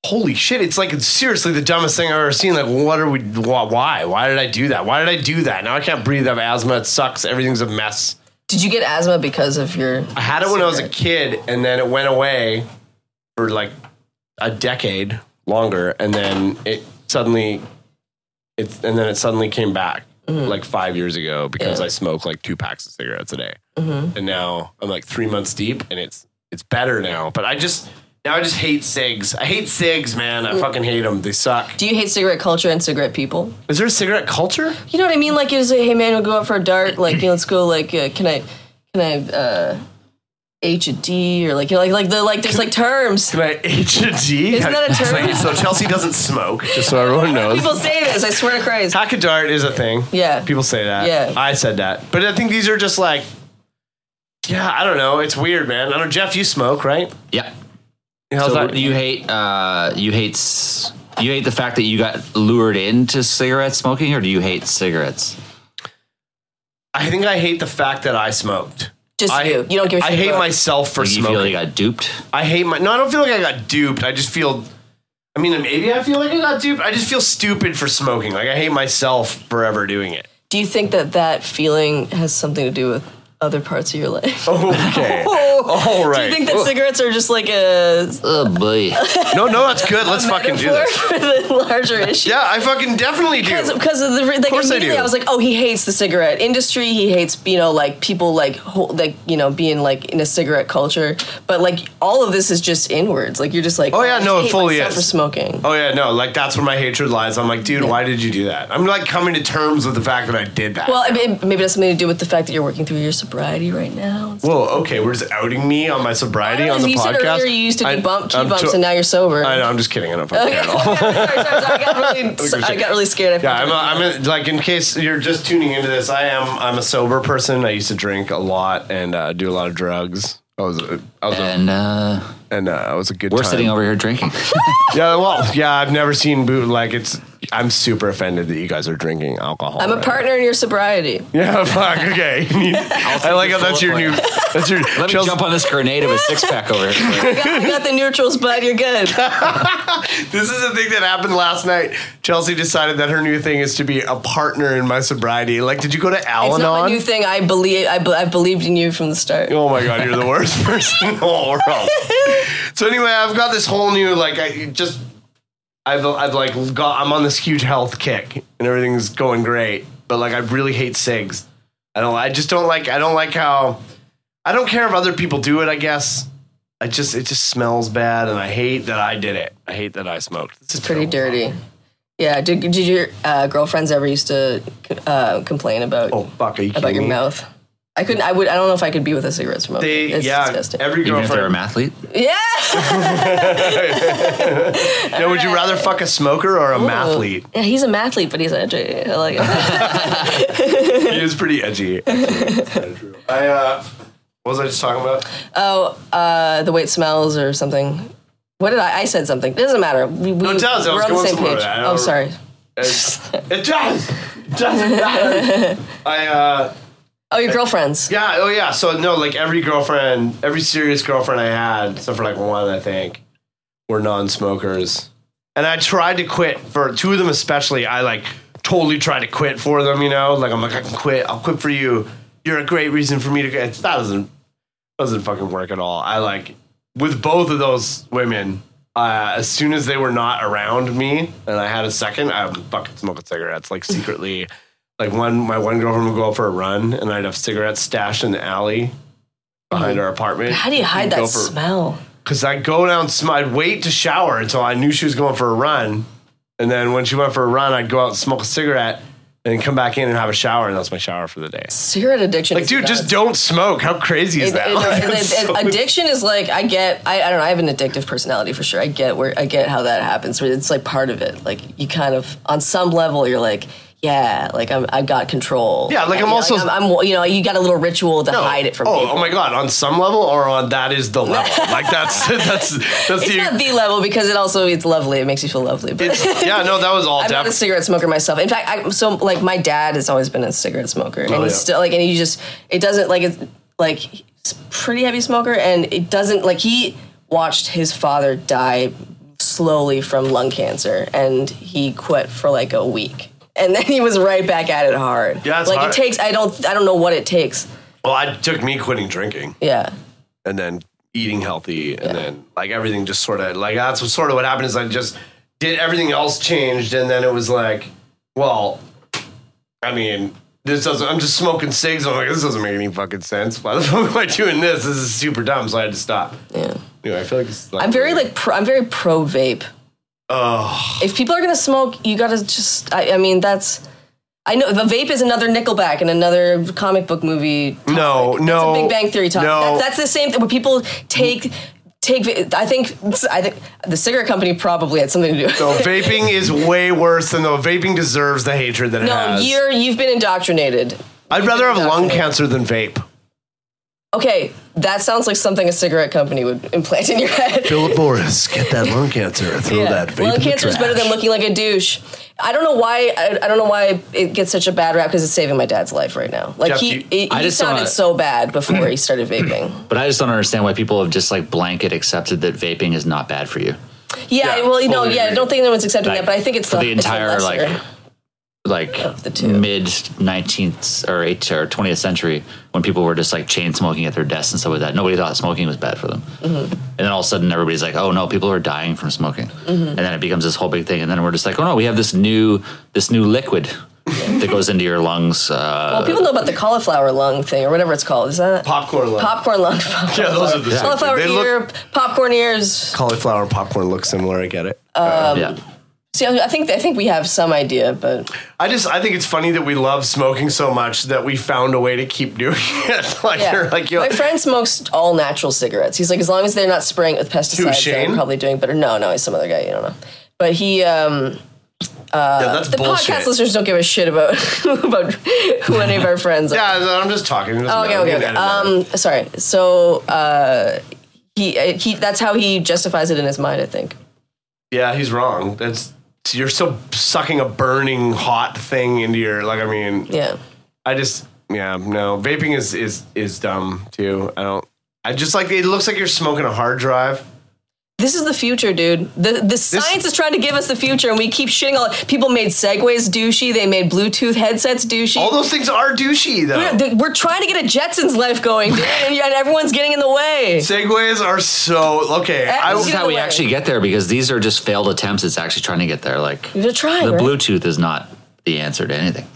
Speaker 1: holy shit it's like it's seriously the dumbest thing I've ever seen like what are we wh- why why did I do that why did I do that now I can't breathe I have asthma it sucks everything's a mess
Speaker 2: Did you get asthma because of your?
Speaker 1: I had it when I was a kid, and then it went away for like a decade longer, and then it suddenly, it's and then it suddenly came back like five years ago because
Speaker 2: Mm-hmm. Yeah. Mm-hmm.
Speaker 1: I smoke like two packs of cigarettes a day, and now I'm like three months deep, and it's it's better now. But I just now I just hate cigs. I hate cigs, man.
Speaker 2: Mm.
Speaker 1: I fucking hate them. They suck.
Speaker 2: Do you hate cigarette culture and cigarette people?
Speaker 1: Is there a cigarette culture?
Speaker 2: You know what I mean? Like, is it, hey man, we'll go out for a dart. Like, you know, let's go. Like, uh, can I? Can I? uh H a D or like you know, like like the like there's like terms.
Speaker 1: Can I [LAUGHS] H and G?
Speaker 2: Isn't
Speaker 1: [LAUGHS]
Speaker 2: that a term?
Speaker 1: so Chelsea doesn't smoke, just so [LAUGHS] everyone knows.
Speaker 2: People say this. I swear to Christ.
Speaker 1: Pack a dart is a thing.
Speaker 2: Yeah.
Speaker 1: People say that.
Speaker 2: Yeah.
Speaker 1: I said that. But I think these are just like, yeah, I don't know. It's weird, man. I don't know. Jeff, you smoke, right?
Speaker 3: Yeah.
Speaker 1: How's
Speaker 3: so
Speaker 1: that?
Speaker 3: you hate uh, you hate s- you hate the fact that you got lured into cigarette smoking, or do you hate cigarettes?
Speaker 1: I think I hate the fact that I smoked.
Speaker 2: Just
Speaker 1: I,
Speaker 2: you. You don't give a
Speaker 1: I
Speaker 2: shit
Speaker 1: hate
Speaker 2: about-
Speaker 1: myself for
Speaker 3: Do you
Speaker 1: smoking.
Speaker 3: feel you got duped?
Speaker 1: I hate my. No, I don't feel like I got duped. I just feel. I mean, maybe I feel like I got duped. I just feel stupid for smoking. Like I hate myself for ever doing it.
Speaker 2: Do you think that that feeling has something to do with other parts of your life? [LAUGHS]
Speaker 1: Okay.
Speaker 2: [LAUGHS] Oh,
Speaker 1: All
Speaker 2: Do
Speaker 1: right.
Speaker 2: you think that cigarettes are just like a, [LAUGHS]
Speaker 3: Oh boy!
Speaker 1: no, no, that's good. Let's fucking do
Speaker 2: metaphor
Speaker 1: this.
Speaker 2: for the larger issue?
Speaker 1: Yeah, I fucking definitely do.
Speaker 2: Because of the like,
Speaker 1: course I
Speaker 2: immediately I,
Speaker 1: do.
Speaker 2: was like, oh, he hates the cigarette industry. He hates you know like people like ho- like you know being like in a cigarette culture. But like all of this is just inwards. Like you're just like,
Speaker 1: Oh, yeah,
Speaker 2: I just
Speaker 1: no, it
Speaker 2: hate
Speaker 1: fully
Speaker 2: myself
Speaker 1: is.
Speaker 2: for smoking.
Speaker 1: Oh yeah, no, like that's where my hatred lies. I'm like, dude, why did you do that? I'm like coming to terms with the fact that I did that.
Speaker 2: Well, I mean, maybe that's something to do with the fact that you're working through your sobriety right now.
Speaker 1: Whoa, okay, we're just outing me on my sobriety on the
Speaker 2: you
Speaker 1: podcast.
Speaker 2: said earlier you used to
Speaker 1: I-
Speaker 2: do bump, key
Speaker 1: I'm
Speaker 2: bumps,
Speaker 1: to-
Speaker 2: and now you're sober. [LAUGHS]
Speaker 1: I know, I'm just kidding. I don't fucking
Speaker 2: Okay.
Speaker 1: care at all.
Speaker 2: sorry, sorry, sorry.
Speaker 1: [LAUGHS]
Speaker 2: I got really, I got really scared. I
Speaker 1: Yeah, I'm, a, I'm a, like in case you're just tuning into this, I am I'm a sober person. I used to drink a lot and uh, do a lot of drugs. I was a- I was a,
Speaker 3: And uh,
Speaker 1: and uh, I was a good.
Speaker 3: we're
Speaker 1: time.
Speaker 3: sitting over here drinking.
Speaker 1: Yeah, well, yeah. I've never seen boot like it's. I'm super offended that you guys are drinking alcohol.
Speaker 2: I'm a
Speaker 1: right
Speaker 2: partner in
Speaker 1: [LAUGHS]
Speaker 2: your sobriety.
Speaker 1: Yeah, fuck. Okay. [LAUGHS] I like how that's your new. [LAUGHS] That's your.
Speaker 3: Let me
Speaker 1: Chelsea-
Speaker 3: jump on this grenade of a six pack
Speaker 1: [LAUGHS]
Speaker 3: over here.
Speaker 2: You got, you got the neutrals, bud. You're good.
Speaker 1: This is the thing that happened last night. Chelsea decided that her new thing is to be a partner in my sobriety. Like, did you go to Al
Speaker 2: It's not my new
Speaker 1: Anon?
Speaker 2: thing. I believe I, be- I believed in you from the start.
Speaker 1: Oh my god, you're the worst person in the whole world. so anyway, I've got this whole new like I just I've I've like got I'm on this huge health kick and everything's going great, but like I really hate cigs. I don't. I just don't like. I don't like how. I don't care if other people do it. I guess. I just. It just smells bad, and I hate that I did it. I hate that I smoked. This is
Speaker 2: It's pretty
Speaker 1: terrible.
Speaker 2: dirty. Yeah. Did, did your uh, girlfriends ever used to uh, complain about
Speaker 1: Oh fuck! Are you
Speaker 2: about
Speaker 1: kidding
Speaker 2: your
Speaker 1: me?
Speaker 2: mouth? I couldn't. I would. I don't know if I could be with a cigarette smoker.
Speaker 1: They,
Speaker 2: it's
Speaker 1: yeah,
Speaker 2: disgusting.
Speaker 1: every
Speaker 3: Even if they're a
Speaker 1: girlfriend.
Speaker 3: mathlete,
Speaker 2: yeah. [LAUGHS]
Speaker 1: No, would you rather fuck a smoker or a mathlete?
Speaker 2: Yeah, he's a mathlete, but he's edgy. I like
Speaker 1: [LAUGHS]
Speaker 2: it.
Speaker 1: He is pretty edgy. actually. I uh, what was I just talking about?
Speaker 2: oh, uh, the way it smells or something. What did I? I said something. It doesn't matter. We, we,
Speaker 1: it does. I
Speaker 2: We're
Speaker 1: was
Speaker 2: on the
Speaker 1: going
Speaker 2: same
Speaker 1: somewhere
Speaker 2: page.
Speaker 1: with that. I
Speaker 2: Oh,
Speaker 1: don't-
Speaker 2: sorry.
Speaker 1: It's, it does. It does matter. I uh.
Speaker 2: Oh, your girlfriends.
Speaker 1: Yeah. Oh, yeah. So no, like every girlfriend, every serious girlfriend I had, except for like one, I think, were non-smokers. And I tried to quit for two of them, especially. I like totally tried to quit for them. You know, like I'm like I can quit. I'll quit for you. You're a great reason for me to quit. That doesn't doesn't fucking work at all. I like with both of those women. Uh, as soon as they were not around me, and I had a second, I would fucking smoking cigarettes like
Speaker 2: [LAUGHS]
Speaker 1: secretly. like one my one girlfriend would go out for a run and I'd have cigarettes stashed in the alley behind our apartment.
Speaker 2: How do you hide that smell?
Speaker 1: Because I'd go down, sm- I'd wait to shower until I knew she was going for a run, and then when she went for a run, I'd go out and smoke a cigarette and come back in and have a shower, and that's my shower for the day.
Speaker 2: Cigarette addiction.
Speaker 1: Like,
Speaker 2: is
Speaker 1: dude,
Speaker 2: nuts.
Speaker 1: just don't smoke. How crazy is
Speaker 2: It-
Speaker 1: that? [LAUGHS]
Speaker 2: it-
Speaker 1: Like,
Speaker 2: it-
Speaker 1: that's
Speaker 2: it-
Speaker 1: so-
Speaker 2: addiction is like I get I, I don't know I have an addictive personality for sure I get where I get how that happens but it's like part of it like you kind of on some level you're like yeah like I'm I've got control
Speaker 1: Yeah, like, I'm
Speaker 2: You know,
Speaker 1: also-
Speaker 2: I'm, I'm- you know you got a little ritual to
Speaker 1: No.
Speaker 2: hide it from
Speaker 1: oh,
Speaker 2: people
Speaker 1: oh my god! On some level, or on that is the
Speaker 2: [LAUGHS]
Speaker 1: level. like that's [LAUGHS] that's that's
Speaker 2: it's
Speaker 1: the,
Speaker 2: not the level because it also it's lovely it makes you feel lovely but
Speaker 1: it's, yeah. No, that was all.
Speaker 2: I'm not a
Speaker 1: def-
Speaker 2: cigarette smoker myself. In fact, I, so like my dad has always been a cigarette smoker, and
Speaker 1: Oh,
Speaker 2: he's
Speaker 1: yeah.
Speaker 2: still like, and he just it doesn't like it's like he's a pretty heavy smoker, and it doesn't like he watched his father die slowly from lung cancer, and he quit for like a week, and then he was right back at it hard.
Speaker 1: Yeah, it's
Speaker 2: like
Speaker 1: hard.
Speaker 2: it takes. I don't. I don't know what it takes.
Speaker 1: well, I took me quitting drinking.
Speaker 2: Yeah.
Speaker 1: and then eating
Speaker 2: Mm-hmm.
Speaker 1: healthy and then like everything just sort of like that's what, sort of what happened is I just did everything else changed and then it was like well I mean this doesn't I'm just smoking cigs I'm like this doesn't make any fucking sense why the [LAUGHS] fuck am I doing this this is super dumb so I had to stop
Speaker 2: Yeah.
Speaker 1: anyway I feel like this is like
Speaker 2: I'm very like pro, I'm very pro vape. Oh. If people are gonna smoke, you gotta just. I, I mean, that's. I know the vape is another Nickelback and another comic book movie.
Speaker 1: no no
Speaker 2: It's a Big Bang Theory topic.
Speaker 1: no
Speaker 2: That- that's the same thing. When people take take, va- I think I think the cigarette company probably had something to do. with it.
Speaker 1: no vaping is way worse than though vaping deserves the hatred that it
Speaker 2: [LAUGHS] No,
Speaker 1: has
Speaker 2: you're you've been indoctrinated.
Speaker 1: I'd rather have lung cancer than vape
Speaker 2: Okay, that sounds like something a cigarette company would implant in your head.
Speaker 1: Philip Morris get that lung cancer throw
Speaker 2: Yeah. lung cancer is better than looking like a douche. I don't know why. I, I don't know why it gets such a bad rap because it's saving my dad's life right now. Like
Speaker 1: Jeff,
Speaker 2: he,
Speaker 1: you-
Speaker 2: he,
Speaker 3: I
Speaker 2: he
Speaker 3: just
Speaker 2: sounded
Speaker 3: wanna-
Speaker 2: so bad before he started vaping.
Speaker 3: but I just don't understand why people have just like blanket accepted that vaping is not bad for you.
Speaker 2: Yeah.
Speaker 1: Yeah,
Speaker 2: well, you know.
Speaker 1: totally
Speaker 2: Yeah. I
Speaker 1: agree.
Speaker 2: don't think anyone's accepting
Speaker 3: Like,
Speaker 2: that, but I think it's
Speaker 3: for
Speaker 2: the,
Speaker 3: the
Speaker 2: it's the
Speaker 3: entire, like,
Speaker 2: lesser.
Speaker 3: like
Speaker 2: the two.
Speaker 3: mid 19th or 8th or 20th century when people were just like chain smoking at their desks and stuff like that. Nobody thought smoking was bad for them.
Speaker 2: Mm-hmm.
Speaker 3: And then all of a sudden everybody's like, oh no, people are dying from smoking.
Speaker 2: Mm-hmm.
Speaker 3: And then it becomes this whole big thing. And then we're just like, oh no, we have this new, this new liquid that goes into your lungs. Uh,
Speaker 2: Well, people know about the cauliflower lung thing or whatever it's called. Is that
Speaker 1: popcorn lung
Speaker 2: popcorn lung?
Speaker 1: [LAUGHS] yeah those are the same
Speaker 2: Cauliflower
Speaker 1: thing. They look-
Speaker 2: ear, popcorn ears.
Speaker 1: cauliflower popcorn looks similar. I get it.
Speaker 2: Um,
Speaker 3: yeah.
Speaker 2: See, I think I think we have some idea, but
Speaker 1: I just I think it's funny that we love smoking so much that we found a way to keep doing [LAUGHS] it. like
Speaker 2: Yeah.
Speaker 1: you're [LAUGHS] like you
Speaker 2: my friend smokes all natural cigarettes. He's like, as long as they're not spraying it with pesticides,
Speaker 1: Shane?
Speaker 2: they're probably doing better. No, no, he's some other guy. You don't know. But he, um,
Speaker 1: yeah, that's
Speaker 2: the
Speaker 1: bullshit.
Speaker 2: podcast listeners don't give a shit about [LAUGHS] about who any of our friends
Speaker 1: [LAUGHS]
Speaker 2: are.
Speaker 1: yeah, I'm just talking. It doesn't
Speaker 2: Oh, Okay,
Speaker 1: matter.
Speaker 2: okay,
Speaker 1: We
Speaker 2: okay.
Speaker 1: can edit it.
Speaker 2: Um, sorry. So uh, he uh, he that's how he justifies it in his mind. I think.
Speaker 1: yeah, he's wrong. That's you're still sucking a burning hot thing into your like. I mean,
Speaker 2: Yeah.
Speaker 1: I just yeah no vaping is is is dumb too. I don't. I just like it looks like you're smoking a hard drive.
Speaker 2: This is the future, dude. The the science is trying to give us the future, and we keep shitting all. People made segways douchey. They made Bluetooth headsets douchey.
Speaker 1: All those things are douchey though.
Speaker 2: Yeah, th- We're trying to get a Jetsons life going, dude, and yet everyone's getting in the way.
Speaker 1: Segways are so okay. I,
Speaker 3: This is
Speaker 2: Either
Speaker 3: how we
Speaker 2: way.
Speaker 3: actually get there because these are just failed attempts. It's actually trying to get there. Like
Speaker 2: They're trying,
Speaker 3: the
Speaker 2: right?
Speaker 3: Bluetooth is not the answer to anything.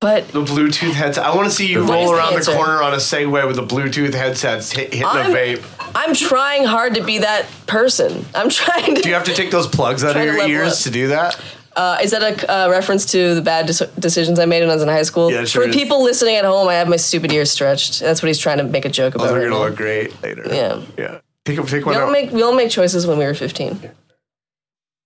Speaker 2: But
Speaker 1: The Bluetooth headset. I want to see you
Speaker 2: What is
Speaker 1: roll
Speaker 2: the
Speaker 1: around the
Speaker 2: answer?
Speaker 1: corner on a Segway with a Bluetooth headset, s- hit- hitting
Speaker 2: I'm,
Speaker 1: a vape.
Speaker 2: I'm trying hard to be that person. I'm trying to.
Speaker 1: Do you have to take those plugs out of
Speaker 2: Trying to
Speaker 1: your
Speaker 2: level
Speaker 1: ears
Speaker 2: up.
Speaker 1: to do that?
Speaker 2: Uh, is that a uh, reference to the bad dis- decisions I made when I was in high school?
Speaker 1: Yeah, it sure
Speaker 2: For
Speaker 1: is.
Speaker 2: people listening at home, I have my stupid ears stretched. That's what he's trying to make a joke
Speaker 1: Oh,
Speaker 2: about.
Speaker 1: they're
Speaker 2: right
Speaker 1: gonna
Speaker 2: now.
Speaker 1: look Oh, great later.
Speaker 2: Yeah.
Speaker 1: Yeah. Take, take
Speaker 2: We
Speaker 1: one
Speaker 2: all
Speaker 1: out.
Speaker 2: make we all make choices when we were 15.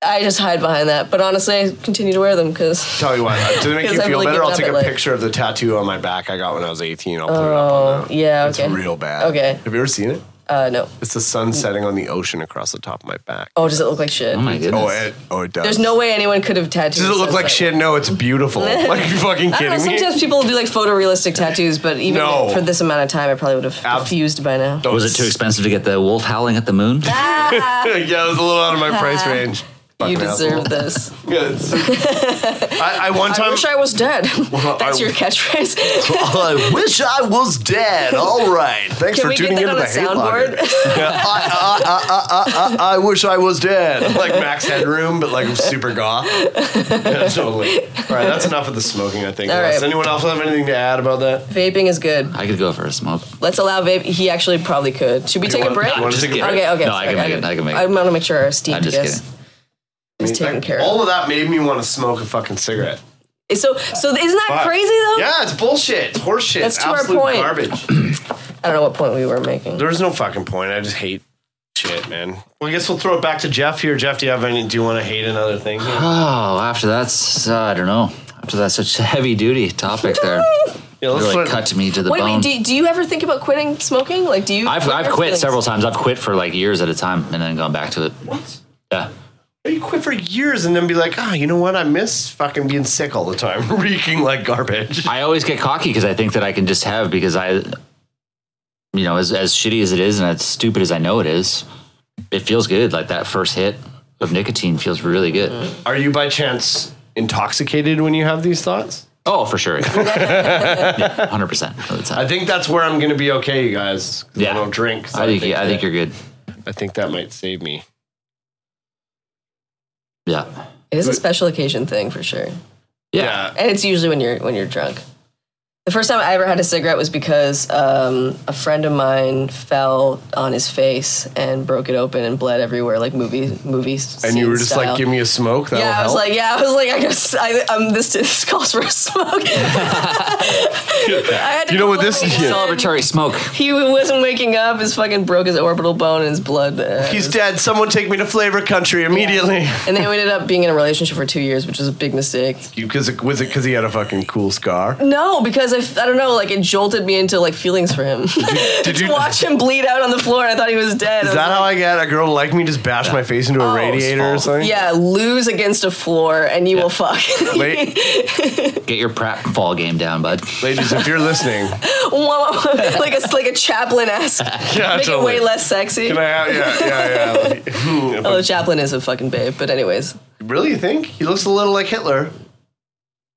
Speaker 2: I just hide behind that, but honestly, I continue to wear them because
Speaker 1: Tell you what, to make
Speaker 2: [LAUGHS]
Speaker 1: you
Speaker 2: Because I'm
Speaker 1: feel
Speaker 2: really
Speaker 1: better,
Speaker 2: good
Speaker 1: I'll
Speaker 2: at
Speaker 1: take
Speaker 2: it,
Speaker 1: a
Speaker 2: like-
Speaker 1: picture of the tattoo on my back I got when I was 18. I'll put it up on
Speaker 2: oh
Speaker 1: that.
Speaker 2: yeah,
Speaker 1: It's
Speaker 2: okay,
Speaker 1: real bad.
Speaker 2: Okay.
Speaker 1: Have you ever seen it?
Speaker 2: Uh, no.
Speaker 1: It's the sun setting on the ocean across the top of my back.
Speaker 2: Oh, does it look like shit?
Speaker 3: Oh my goodness.
Speaker 1: Oh, it, oh, it does.
Speaker 2: There's no way anyone could have tattooed.
Speaker 1: Does it look
Speaker 2: so
Speaker 1: like
Speaker 2: it's
Speaker 1: shit? No, it's
Speaker 2: [LAUGHS]
Speaker 1: beautiful. like, you fucking
Speaker 2: I don't
Speaker 1: kidding
Speaker 2: know,
Speaker 1: me?
Speaker 2: sometimes people do like photorealistic tattoos, but even
Speaker 1: No.
Speaker 2: for this amount of time, I probably would have
Speaker 1: Ab-
Speaker 2: refused by now.
Speaker 1: Don't
Speaker 3: Was
Speaker 2: [LAUGHS]
Speaker 3: it too
Speaker 1: s-
Speaker 3: expensive to get the wolf howling at the
Speaker 1: [LAUGHS]
Speaker 3: moon?
Speaker 1: yeah, it was a little out of
Speaker 2: [LAUGHS]
Speaker 1: my price range.
Speaker 2: You
Speaker 1: Fucking asshole.
Speaker 2: deserve
Speaker 1: [LAUGHS]
Speaker 2: this.
Speaker 1: Yeah,
Speaker 2: [LAUGHS]
Speaker 1: it's- I, I one
Speaker 2: I
Speaker 1: time.
Speaker 2: wish I was dead.
Speaker 1: Well,
Speaker 2: That's
Speaker 1: I-
Speaker 2: your catchphrase.
Speaker 1: [LAUGHS]
Speaker 2: [LAUGHS]
Speaker 1: I wish I was dead. All right. Thanks
Speaker 2: Can
Speaker 1: for
Speaker 2: we get
Speaker 1: tuning
Speaker 2: that
Speaker 1: in to
Speaker 2: on
Speaker 1: the
Speaker 2: a
Speaker 1: Hate Locker. [LAUGHS]
Speaker 2: soundboard?
Speaker 1: Yeah,
Speaker 2: [LAUGHS]
Speaker 1: I, I, I, I, I, I wish I was dead. [LAUGHS] Like Max Headroom, but like super
Speaker 2: [LAUGHS]
Speaker 1: goth. Yeah, totally. All right, that's enough of the smoking, I think.
Speaker 2: All
Speaker 1: Does
Speaker 2: right.
Speaker 1: anyone else have anything to add about that?
Speaker 2: Vaping is good.
Speaker 3: I could go for a smoke.
Speaker 2: Let's allow vape. He actually probably could. Should we take
Speaker 1: want-
Speaker 2: a break?
Speaker 1: you wanna
Speaker 3: Just
Speaker 1: take a
Speaker 3: kidding.
Speaker 1: break?
Speaker 2: Okay, okay.
Speaker 3: No, I
Speaker 2: sorry,
Speaker 3: can make it. I can make
Speaker 2: I
Speaker 3: it.
Speaker 2: want to make sure our Steve
Speaker 3: I'm just
Speaker 2: is,
Speaker 3: kidding.
Speaker 2: is taken care
Speaker 1: All
Speaker 2: of.
Speaker 1: of that made me want to smoke a fucking cigarette.
Speaker 2: So, so isn't that
Speaker 1: Fuck.
Speaker 2: crazy though?
Speaker 1: Yeah, it's bullshit. It's horseshit.
Speaker 2: That's
Speaker 1: It's
Speaker 2: to our
Speaker 1: absolute
Speaker 2: point.
Speaker 1: garbage.
Speaker 2: [CLEARS THROAT] I don't know what point we were making.
Speaker 1: There's no fucking point. I just hate shit, man. Well, I guess we'll throw it back to Jeff here. Jeff, do you have any? Do you want to hate another thing? [GASPS] here?
Speaker 3: Oh, after that's uh, I don't know. After that's such a heavy duty topic there.
Speaker 1: Yeah, let's
Speaker 3: really
Speaker 1: let-
Speaker 3: cut me to the
Speaker 2: Wait,
Speaker 3: bone.
Speaker 2: wait. Do, do you ever think about quitting smoking? Like, do you?
Speaker 3: I've
Speaker 2: what are
Speaker 3: I've
Speaker 2: your
Speaker 3: quit
Speaker 2: feelings?
Speaker 3: several times. I've quit for like years at a time and then gone back to it.
Speaker 1: What?
Speaker 3: Yeah.
Speaker 1: You quit for years and then be like, ah, you know what? I miss fucking being sick all the time, [LAUGHS] reeking like garbage.
Speaker 3: I always get cocky because I think that I can just have because I, you know, as as shitty as it is and as stupid as I know it is, it feels good. Like that first hit of nicotine feels really good.
Speaker 2: Mm-hmm.
Speaker 1: Are you by chance intoxicated when you have these thoughts?
Speaker 3: Oh, for sure, hundred percent of the
Speaker 1: I
Speaker 3: time.
Speaker 1: think that's where I'm going to be okay, you guys. 'cause
Speaker 3: Yeah.
Speaker 1: I don't drink. so
Speaker 3: I think I
Speaker 1: that-
Speaker 3: think you're good.
Speaker 1: I think that might save me.
Speaker 3: Yeah.
Speaker 2: It is a special occasion thing for sure,
Speaker 3: Yeah.
Speaker 2: and it's usually when you're when you're drunk. The first time I ever had a cigarette was because um, a friend of mine fell on his face and broke it open and bled everywhere, like movie movies.
Speaker 1: And you were just like, give me a smoke. That'll
Speaker 2: Yeah, I was
Speaker 1: help. [LAUGHS]
Speaker 2: like, yeah, I was like, I guess I, um, this, this [LAUGHS] calls for a smoke. I had to
Speaker 1: You know what this
Speaker 2: completely
Speaker 1: is?
Speaker 2: run.
Speaker 3: Celebratory smoke.
Speaker 2: He wasn't waking up. His fucking broke his orbital bone and his blood. uh,
Speaker 1: He's dead. Someone take me to Flavor Country immediately.
Speaker 2: and then we ended up being in a relationship for two years, which was a big mistake.
Speaker 1: Because it was it because he had a fucking cool scar?
Speaker 2: No, because I, f- I don't know, like it jolted me into like feelings for him.
Speaker 1: Did you?
Speaker 2: [LAUGHS] to watch him bleed out on the floor, and I thought he was dead. I
Speaker 1: Is
Speaker 2: was
Speaker 1: that how I get a girl to like me? Just bash my face into a radiator or
Speaker 3: false.
Speaker 1: something?
Speaker 2: yeah, lose against a floor and you will fuck.
Speaker 1: [LAUGHS] Wait,
Speaker 3: Get your prep fall game down, bud.
Speaker 1: ladies, if you're listening,
Speaker 2: [LAUGHS] like a like a
Speaker 1: [LAUGHS]
Speaker 2: chaplain esque.
Speaker 1: yeah,
Speaker 2: Make it way less sexy.
Speaker 1: Can I have, yeah, yeah, yeah.
Speaker 2: Although Chaplin is a fucking babe, but anyways,
Speaker 1: really, you think he looks a little like Hitler?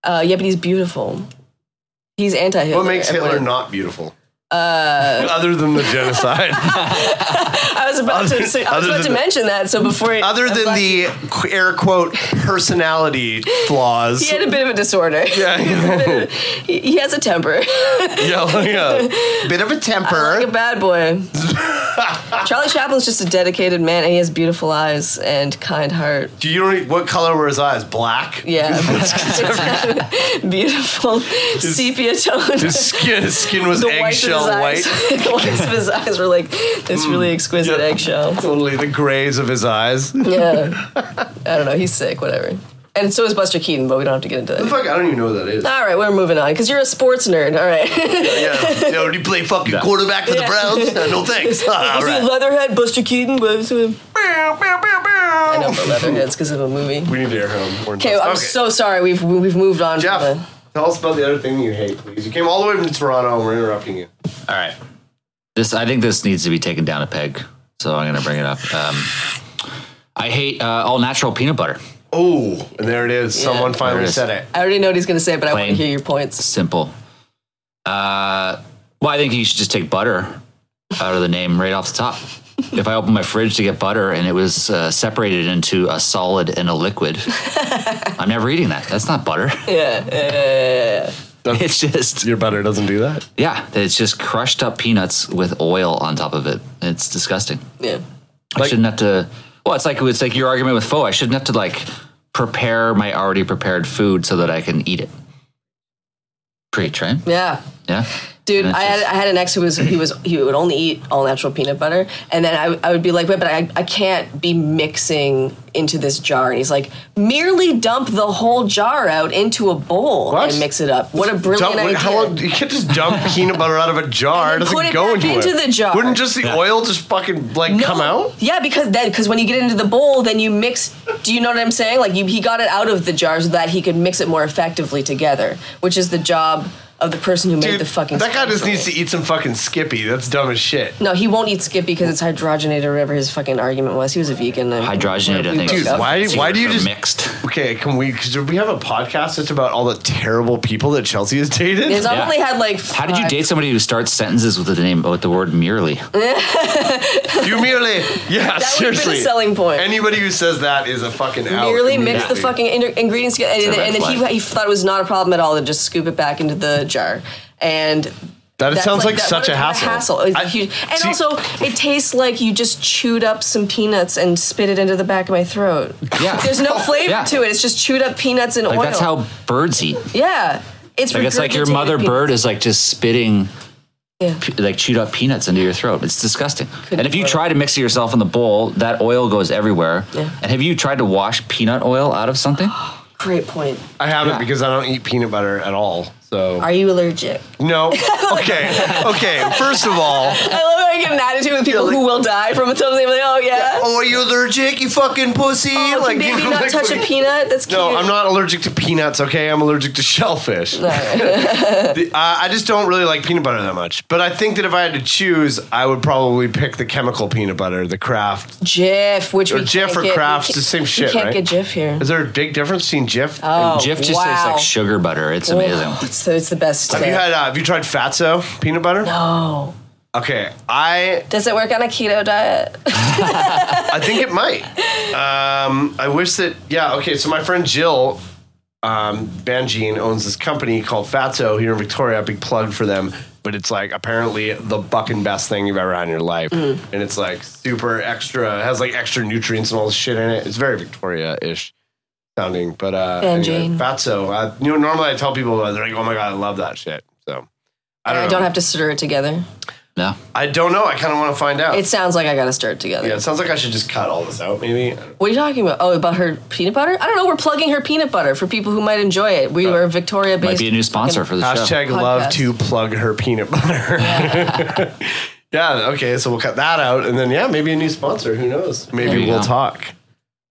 Speaker 2: uh, yeah, but he's beautiful. He's anti-Hitler.
Speaker 1: What makes Hitler
Speaker 2: Everyone-
Speaker 1: not beautiful? Uh, other than the genocide,
Speaker 2: I
Speaker 1: [LAUGHS]
Speaker 2: was about
Speaker 1: Other-
Speaker 2: to, say, I was
Speaker 1: other
Speaker 2: about to
Speaker 1: than-
Speaker 2: mention that. So before, he-
Speaker 1: other than the air quote personality flaws.
Speaker 2: he had a bit of a disorder.
Speaker 1: [LAUGHS] yeah,
Speaker 2: he, he has
Speaker 1: [LAUGHS]
Speaker 2: a temper,
Speaker 1: yeah, yeah. Bit of a temper.
Speaker 2: like a
Speaker 1: [LAUGHS]
Speaker 2: bad boy. Charlie Chaplin's just a dedicated man, and he has beautiful eyes and kind heart.
Speaker 1: Do you know what color were his eyes? Black. [LAUGHS]
Speaker 2: Yeah, [LAUGHS] beautiful sepia tone.
Speaker 1: His skin, his skin was
Speaker 2: the whites of his
Speaker 1: eggshell
Speaker 2: eyes,
Speaker 1: white.
Speaker 2: [LAUGHS]
Speaker 1: Hmm.
Speaker 2: the whites of his eyes were like this really exquisite
Speaker 1: yeah.
Speaker 2: eggshell.
Speaker 1: Totally the grays of his eyes. Fuck,
Speaker 2: Yeah. I don't know. He's sick, whatever. And so is Buster Keaton, but we don't have to get into that.
Speaker 1: I don't even know what that
Speaker 2: [LAUGHS]
Speaker 1: is.
Speaker 2: All right, we're moving on because you're a sports nerd. All right. [LAUGHS]
Speaker 1: Yeah, you already play fucking quarterback for the
Speaker 2: Yeah. [LAUGHS]
Speaker 1: Browns. Uh, no thanks. [LAUGHS] All
Speaker 2: Was he
Speaker 1: right.
Speaker 2: Leatherhead, Buster Keaton? What was him? I know, but Leatherhead's because of a movie.
Speaker 1: We need to air home. We're
Speaker 2: Okay,
Speaker 1: done.
Speaker 2: I'm so sorry. We've we've moved on.
Speaker 1: Jeff,
Speaker 2: From the,
Speaker 1: tell us about the other thing you hate, please. You came all the way from Toronto, and we're interrupting you.
Speaker 3: All right. This I think this needs to be taken down a peg, so I'm gonna bring it up. Um, I hate uh, all natural peanut butter.
Speaker 1: Oh, and there it is. Someone finally
Speaker 3: There it is.
Speaker 1: said it.
Speaker 2: I already know what he's going to say, but I want to
Speaker 3: Plain.
Speaker 2: hear your points.
Speaker 3: Simple. Uh, well, I think you should just take butter out of the name right off the top. If I opened my fridge to get butter and it was uh, separated into
Speaker 2: [LAUGHS]
Speaker 3: a solid and a liquid, I'm never eating that. That's not butter.
Speaker 2: Yeah. yeah, yeah, yeah, yeah.
Speaker 3: It's just
Speaker 1: Your butter doesn't do that.
Speaker 3: yeah, it's just crushed up peanuts with oil on top of it. It's disgusting.
Speaker 2: Yeah.
Speaker 3: I shouldn't have to. Well, it's like it's like your argument with pho. I shouldn't have to like prepare my already prepared food so that I can eat it. Preach, right?
Speaker 2: Yeah.
Speaker 3: Yeah.
Speaker 2: Dude,
Speaker 3: And it's
Speaker 2: I had,
Speaker 3: just-
Speaker 2: I had an ex who was he was he would only eat all natural peanut butter, and then I, I would be like, wait, but I, I can't be mixing into this jar, and he's like, merely dump the whole jar out into a bowl
Speaker 1: What?
Speaker 2: and mix it up. What a
Speaker 1: Dump,
Speaker 2: brilliant idea!
Speaker 1: how long, you can't just dump peanut butter out of a jar. It
Speaker 2: And then
Speaker 1: doesn't
Speaker 2: put it
Speaker 1: go
Speaker 2: back
Speaker 1: anywhere.
Speaker 2: into the jar.
Speaker 1: Wouldn't just the oil just fucking like
Speaker 2: No.
Speaker 1: come out?
Speaker 2: Yeah, because then because when you get into the bowl, then you mix. Do you know what I'm saying? Like you, he got it out of the jar so that he could mix it more effectively together, which is the job of the person who made
Speaker 1: Dude,
Speaker 2: the fucking.
Speaker 1: that guy just
Speaker 2: spatula.
Speaker 1: needs to eat some fucking Skippy. That's dumb as shit.
Speaker 2: No, he won't eat Skippy because it's hydrogenated or whatever his fucking argument was. He was a vegan. and-
Speaker 3: Hydrogenated, I think.
Speaker 1: Dude,
Speaker 3: is the
Speaker 1: why-
Speaker 3: secret
Speaker 1: why do you
Speaker 3: for
Speaker 1: just-
Speaker 3: mixed?
Speaker 1: Okay, can we? Cause we have a podcast that's about all the terrible people that Chelsea has dated.
Speaker 2: He's
Speaker 3: Yeah.
Speaker 2: only had like.
Speaker 3: How did you
Speaker 2: five-
Speaker 3: date somebody who starts sentences with the name with the word merely?
Speaker 1: [LAUGHS] you
Speaker 2: [LAUGHS]
Speaker 1: merely, yeah,
Speaker 2: That would have
Speaker 1: seriously.
Speaker 2: been a selling point.
Speaker 1: Anybody who says that is a fucking out.
Speaker 2: Merely mix the
Speaker 1: immediately.
Speaker 2: fucking in- ingredients together, and,
Speaker 3: It's a
Speaker 2: then- and
Speaker 3: red
Speaker 2: then he,
Speaker 3: flag.
Speaker 2: he thought it was not a problem at all to just scoop it back into the jar. And
Speaker 1: That
Speaker 2: that's
Speaker 1: sounds like,
Speaker 2: that-
Speaker 1: such a
Speaker 2: what
Speaker 1: hassle.
Speaker 2: hassle. It's
Speaker 1: I-
Speaker 2: huge. And
Speaker 1: see-
Speaker 2: also, it tastes like you just chewed up some peanuts and spit it into the back of my throat. [LAUGHS]
Speaker 3: Yeah.
Speaker 2: There's no flavor
Speaker 3: Yeah.
Speaker 2: to it. It's just chewed up peanuts and
Speaker 3: Like
Speaker 2: oil.
Speaker 3: that's how birds eat.
Speaker 2: Yeah. It's
Speaker 3: Like it's like your
Speaker 2: regurgitated
Speaker 3: mother
Speaker 2: peanuts.
Speaker 3: bird is like just spitting
Speaker 2: Yeah.
Speaker 3: pe- like chewed up peanuts into your throat. It's disgusting. and if you try to mix it yourself in the bowl, that oil goes everywhere.
Speaker 2: Yeah.
Speaker 3: And have you tried to wash peanut oil out of something?
Speaker 2: Great point.
Speaker 1: I haven't
Speaker 3: Yeah.
Speaker 1: because I don't eat peanut butter at all. [GASPS]
Speaker 3: [GASPS]
Speaker 1: So
Speaker 2: Are you allergic? [LAUGHS]
Speaker 1: no. Okay. Okay. First of all,
Speaker 2: I love how I get an attitude with people who will die from something. I'm like, oh yeah.
Speaker 1: oh, are you allergic? You fucking pussy!
Speaker 2: Oh, can
Speaker 1: you [LAUGHS]
Speaker 2: baby
Speaker 1: know,
Speaker 2: not
Speaker 1: like,
Speaker 2: touch a peanut? That's cute.
Speaker 1: No, I'm not allergic to peanuts. Okay, I'm allergic to shellfish.
Speaker 2: [LAUGHS]
Speaker 1: The- uh, I just don't really like peanut butter that much. But I think that if I had to choose, I would probably pick the chemical peanut butter, the Kraft.
Speaker 2: Jif,
Speaker 1: [LAUGHS]
Speaker 2: which
Speaker 1: Or
Speaker 2: we
Speaker 1: Jif
Speaker 2: can't
Speaker 1: or
Speaker 2: get- we
Speaker 1: Kraft,
Speaker 2: can't-
Speaker 1: the same shit,
Speaker 2: We can't
Speaker 1: right?
Speaker 2: get Jif here.
Speaker 1: Is there a big difference between Jif?
Speaker 2: Oh,
Speaker 3: Jif just tastes
Speaker 2: wow.
Speaker 3: like sugar butter. It's
Speaker 2: Oh,
Speaker 3: amazing.
Speaker 2: it's, the, it's the best.
Speaker 1: have you had? Uh, have you tried Fatso peanut butter?
Speaker 2: oh.
Speaker 1: Okay, I
Speaker 2: Does it work on a keto diet?
Speaker 1: I think it might. Um, I wish that, yeah, okay. So my friend Jill um, Banjean owns this company called Fatso here in Victoria. Big plug for them. But it's like apparently the fucking best thing you've ever had in your life. And it's like super extra, has like extra nutrients and all this shit in it. It's very Victoria ish sounding. But uh, anyway,
Speaker 2: Banjean.
Speaker 1: Fatso, I, you know, normally I tell people, they're like, oh my God, I love that shit. So I don't,
Speaker 2: I
Speaker 1: know.
Speaker 2: don't have to stir it together.
Speaker 3: No.
Speaker 1: I don't know. I kind of want to find out.
Speaker 2: It sounds like I gotta stir it together.
Speaker 1: yeah, it sounds like I should just cut all this out, maybe. I don't know.
Speaker 2: What are you talking about? Oh, about her peanut butter? I don't know. We're plugging her peanut butter for people who might enjoy it.
Speaker 1: Uh,
Speaker 2: We are Victoria
Speaker 3: Might
Speaker 2: based.
Speaker 3: be a new sponsor for the show.
Speaker 1: Hashtag love
Speaker 2: Podcast.
Speaker 1: to plug her peanut butter. Yeah. [LAUGHS] okay, so we'll cut that out, and then yeah, maybe a new sponsor. Who knows?
Speaker 3: There
Speaker 1: Maybe
Speaker 3: you
Speaker 1: we'll
Speaker 3: go.
Speaker 1: talk.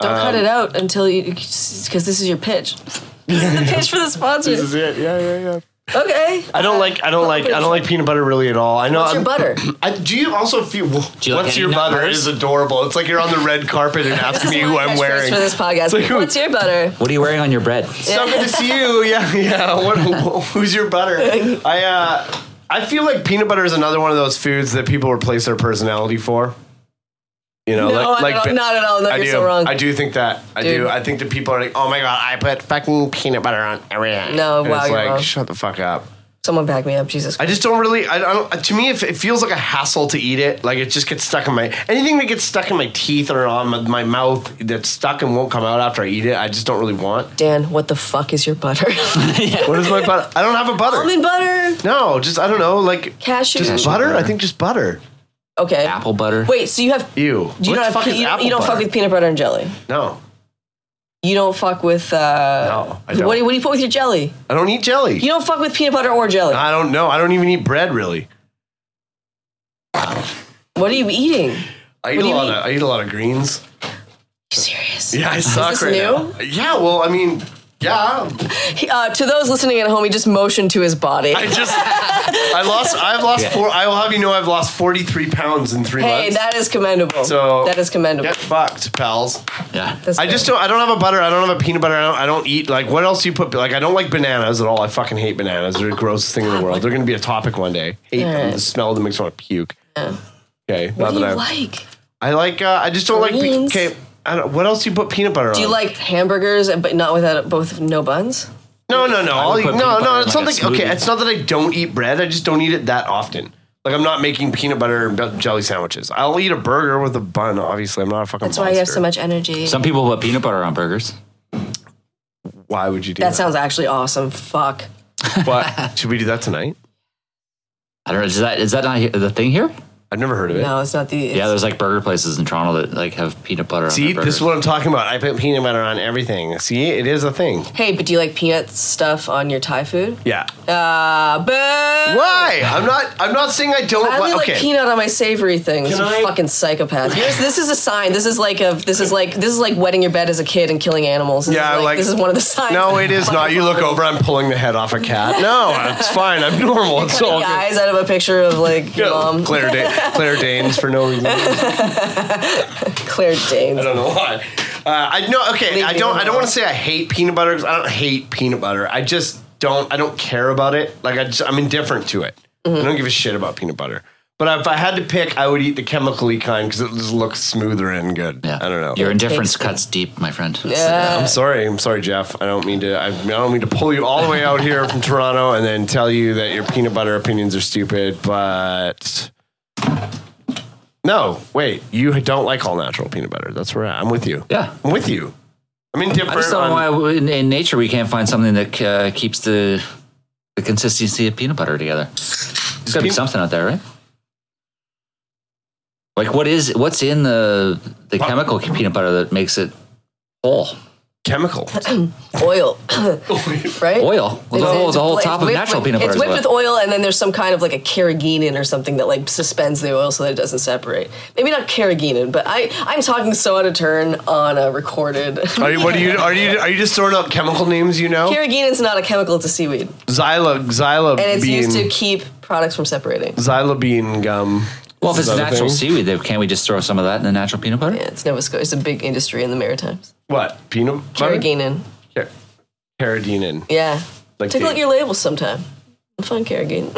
Speaker 2: Don't cut
Speaker 1: Um,
Speaker 2: it out until you, because this is your pitch. [LAUGHS] This is the
Speaker 1: [LAUGHS]
Speaker 2: pitch for the sponsors.
Speaker 1: it. Yeah, yeah, yeah.
Speaker 2: Okay.
Speaker 1: I don't like. I don't like. I don't like peanut butter really at all. I know.
Speaker 2: What's your
Speaker 1: I'm- [CLEARS THROAT]
Speaker 2: butter?
Speaker 1: [LAUGHS] I, do you also feel?
Speaker 3: you like
Speaker 1: what's
Speaker 3: any
Speaker 1: your
Speaker 3: nut
Speaker 1: butter? It is
Speaker 3: butters?
Speaker 1: adorable. It's like you're on the red carpet
Speaker 2: [LAUGHS]
Speaker 1: and asking me who I'm wearing.
Speaker 2: for this podcast.
Speaker 1: like, who-
Speaker 2: What's your butter?
Speaker 3: What are you wearing on your bread?
Speaker 1: so good to see you. [LAUGHS] Yeah, yeah. What, who's your
Speaker 2: [LAUGHS]
Speaker 1: butter? I uh, I feel like peanut butter is another one of those foods that people replace their personality for. You know,
Speaker 2: No,
Speaker 1: like,
Speaker 2: I
Speaker 1: like
Speaker 2: don't-
Speaker 1: ba-
Speaker 2: not at all. No,
Speaker 1: I
Speaker 2: you're
Speaker 1: do.
Speaker 2: so wrong.
Speaker 1: I do think that. I
Speaker 2: Dude.
Speaker 1: do. I think that people are like, oh my god, I put fucking peanut butter on everything.
Speaker 2: No,
Speaker 1: and
Speaker 2: wow,
Speaker 1: it's
Speaker 2: you're
Speaker 1: like,
Speaker 2: wrong.
Speaker 1: shut the fuck up.
Speaker 2: Someone back me up, Jesus.
Speaker 1: I just don't really. I, I don't. uh, To me, if it feels like a hassle to eat it, like it just gets stuck in my anything that gets stuck in my teeth or on my, my mouth that's stuck and won't come out after I eat it. I just don't really want.
Speaker 2: Dan, what the fuck is your butter?
Speaker 1: What is my butter? I don't have a butter.
Speaker 2: [LAUGHS] Almond butter,
Speaker 1: No, just I don't know, like
Speaker 2: cashew.
Speaker 1: just
Speaker 3: Cashew
Speaker 1: butter.
Speaker 3: butter.
Speaker 1: I think just butter.
Speaker 2: okay.
Speaker 3: Apple butter.
Speaker 2: Wait, so you have
Speaker 1: Ew.
Speaker 2: you
Speaker 1: What
Speaker 2: don't
Speaker 1: the
Speaker 2: have
Speaker 1: fuck
Speaker 2: pe-
Speaker 1: is
Speaker 2: you,
Speaker 1: apple
Speaker 2: you don't fuck
Speaker 1: butter?
Speaker 2: with peanut butter and jelly.
Speaker 1: No,
Speaker 2: You don't fuck with uh
Speaker 1: No, I don't.
Speaker 2: What, do you, what do you put with your jelly?
Speaker 1: I don't eat jelly.
Speaker 2: You don't fuck with peanut butter or jelly.
Speaker 1: I don't know. I don't even eat bread really.
Speaker 2: what are you [LAUGHS] eating?
Speaker 1: I eat
Speaker 2: What
Speaker 1: a
Speaker 2: do you
Speaker 1: lot
Speaker 2: eat?
Speaker 1: of I eat a lot of greens.
Speaker 2: You
Speaker 1: [LAUGHS]
Speaker 2: serious?
Speaker 1: Yeah, I suck
Speaker 2: this
Speaker 1: right
Speaker 2: new?
Speaker 1: now. Yeah, well, I mean, yeah.
Speaker 2: He- uh, to those listening at home, he just motioned to his body.
Speaker 1: I just I lost. I've lost four. I will have you know, I've lost forty three pounds in three
Speaker 2: hey,
Speaker 1: months.
Speaker 2: that is commendable.
Speaker 1: so
Speaker 2: that is commendable.
Speaker 1: Get fucked, pals.
Speaker 3: Yeah.
Speaker 2: That's
Speaker 1: I
Speaker 2: good.
Speaker 1: just don't. I don't have a butter. I don't have a peanut butter. I don't, I don't eat like what else do you put? Like I don't like bananas at all. I fucking hate bananas. They're the grossest thing in the world. They're going to be a topic one day. Hate them.
Speaker 2: Alright.
Speaker 1: The smell of them makes me want to puke. Okay. not
Speaker 2: What
Speaker 1: that
Speaker 2: do you
Speaker 1: I,
Speaker 2: like?
Speaker 1: I like. Uh, I just don't like. pe-
Speaker 2: Greens.
Speaker 1: Okay. I don't, what else do you put peanut butter on?
Speaker 2: Do you like hamburgers, but not without both no buns?
Speaker 1: No, no, no. I'll
Speaker 3: would
Speaker 1: eat,
Speaker 3: put
Speaker 1: no,
Speaker 3: peanut butter
Speaker 1: no.
Speaker 3: in
Speaker 1: It's not
Speaker 3: like a
Speaker 1: like okay.
Speaker 3: smoothie.
Speaker 1: It's not that I don't eat bread. I just don't eat it that often. Like I'm not making peanut butter and bu- jelly sandwiches. I'll eat a burger with a bun. Obviously, I'm not a fucking.
Speaker 2: That's why you have
Speaker 1: monster.
Speaker 2: so much energy.
Speaker 3: Some people put peanut butter on burgers.
Speaker 1: Why would you do
Speaker 2: that
Speaker 1: that?
Speaker 2: sounds actually awesome. Fuck.
Speaker 1: What should we do that tonight?
Speaker 3: I don't know. Is that is that not he- the thing here?
Speaker 1: I've never heard of it.
Speaker 2: No, it's not the. It's,
Speaker 3: Yeah, there's like burger places in Toronto that like have peanut butter. on
Speaker 1: See,
Speaker 3: their
Speaker 1: this is
Speaker 3: burgers.
Speaker 1: what I'm talking about. I put peanut butter on everything. See, it is a thing.
Speaker 2: Hey, but do you like peanut stuff on your Thai food?
Speaker 1: Yeah.
Speaker 2: Uh, boo!
Speaker 1: Why? I'm not. I'm not saying I don't. li-
Speaker 2: I only like
Speaker 1: okay.
Speaker 2: peanut on my savory things.
Speaker 1: Can
Speaker 2: you
Speaker 1: I-
Speaker 2: fucking psychopath. Here's- this is a sign. This is like a. This is like this is like wetting your bed as a kid and killing animals. This
Speaker 1: Yeah,
Speaker 2: is
Speaker 1: like-
Speaker 2: this is one of the signs.
Speaker 1: No, it is not. You look over. I'm pulling the head off a cat. No, it's fine. I'm normal. It's all
Speaker 2: The
Speaker 1: good.
Speaker 2: eyes out of a picture of like your
Speaker 1: Yeah,
Speaker 2: mom, Claire,
Speaker 1: Claire, da-
Speaker 2: [LAUGHS]
Speaker 1: Claire Danes for no reason. I [LAUGHS]
Speaker 2: Danes.
Speaker 1: don't know why. Uh, I no. Okay,
Speaker 2: Leave
Speaker 1: I
Speaker 2: me
Speaker 1: don't. I don't
Speaker 2: alone.
Speaker 1: want to say I hate peanut butter 'cause I don't hate peanut butter. I just don't. I don't care about it. Like I just, I'm indifferent to it. I don't give a shit about peanut butter. But if I had to pick, I would eat the chemically kind because it just looks smoother and good.
Speaker 3: Yeah.
Speaker 1: I don't know.
Speaker 3: Your
Speaker 2: It tastes
Speaker 3: indifference
Speaker 2: good.
Speaker 3: cuts deep, my friend. It's-
Speaker 2: Yeah.
Speaker 1: I'm sorry. I'm sorry, Jeff. I don't mean to. I, I don't mean to pull you all the way out here from Toronto and then tell you that your peanut butter opinions are stupid. But no, wait. You don't like all natural peanut butter. That's where I, I'm with you.
Speaker 3: Yeah.
Speaker 1: I'm with you. I'm
Speaker 3: I just
Speaker 1: indifferent.
Speaker 3: don't
Speaker 1: On,
Speaker 3: know why w- in, in nature we can't find something that uh, keeps the the consistency of peanut butter together. There's got to be
Speaker 1: Peanut-
Speaker 3: something out there, right? Like what is what's in the the chemical peanut butter that makes it whole? [LAUGHS]
Speaker 1: chemical. [LAUGHS]
Speaker 2: Oil, right?
Speaker 3: Oil. Well, the
Speaker 2: It's-
Speaker 3: whole,
Speaker 2: it's
Speaker 3: the whole
Speaker 2: whipped-
Speaker 3: top of
Speaker 2: whipped
Speaker 3: natural
Speaker 2: with-
Speaker 3: peanut butter.
Speaker 2: It's
Speaker 3: is
Speaker 2: whipped
Speaker 3: what-
Speaker 2: with oil, and then there's some kind of like a carrageenan or something that like suspends the oil so that it doesn't separate. Maybe not carrageenan, but I I'm talking so out of turn on a recorded. [LAUGHS]
Speaker 1: Are you, what are you? Are you? Are you just throwing up chemical names? You know,
Speaker 2: Carrageenan's not a chemical; it's a seaweed,
Speaker 1: xyla xyla
Speaker 2: and it's
Speaker 1: bean
Speaker 2: used to keep products from separating.
Speaker 1: xyla bean gum.
Speaker 3: well, if it's
Speaker 1: Is that a
Speaker 3: natural
Speaker 1: thing?
Speaker 3: seaweed, then can't we just throw some of that in the natural peanut butter?
Speaker 2: Yeah, it's Nova Scotia. It's a big industry in the Maritimes.
Speaker 1: What peanut butter?
Speaker 2: Carrageenan.
Speaker 1: Car- Carrageenan.
Speaker 2: Yeah.
Speaker 1: Like
Speaker 2: Take a
Speaker 1: the-
Speaker 2: look at your labels sometime. I'm fine,
Speaker 1: [LAUGHS]
Speaker 2: Carrageenan.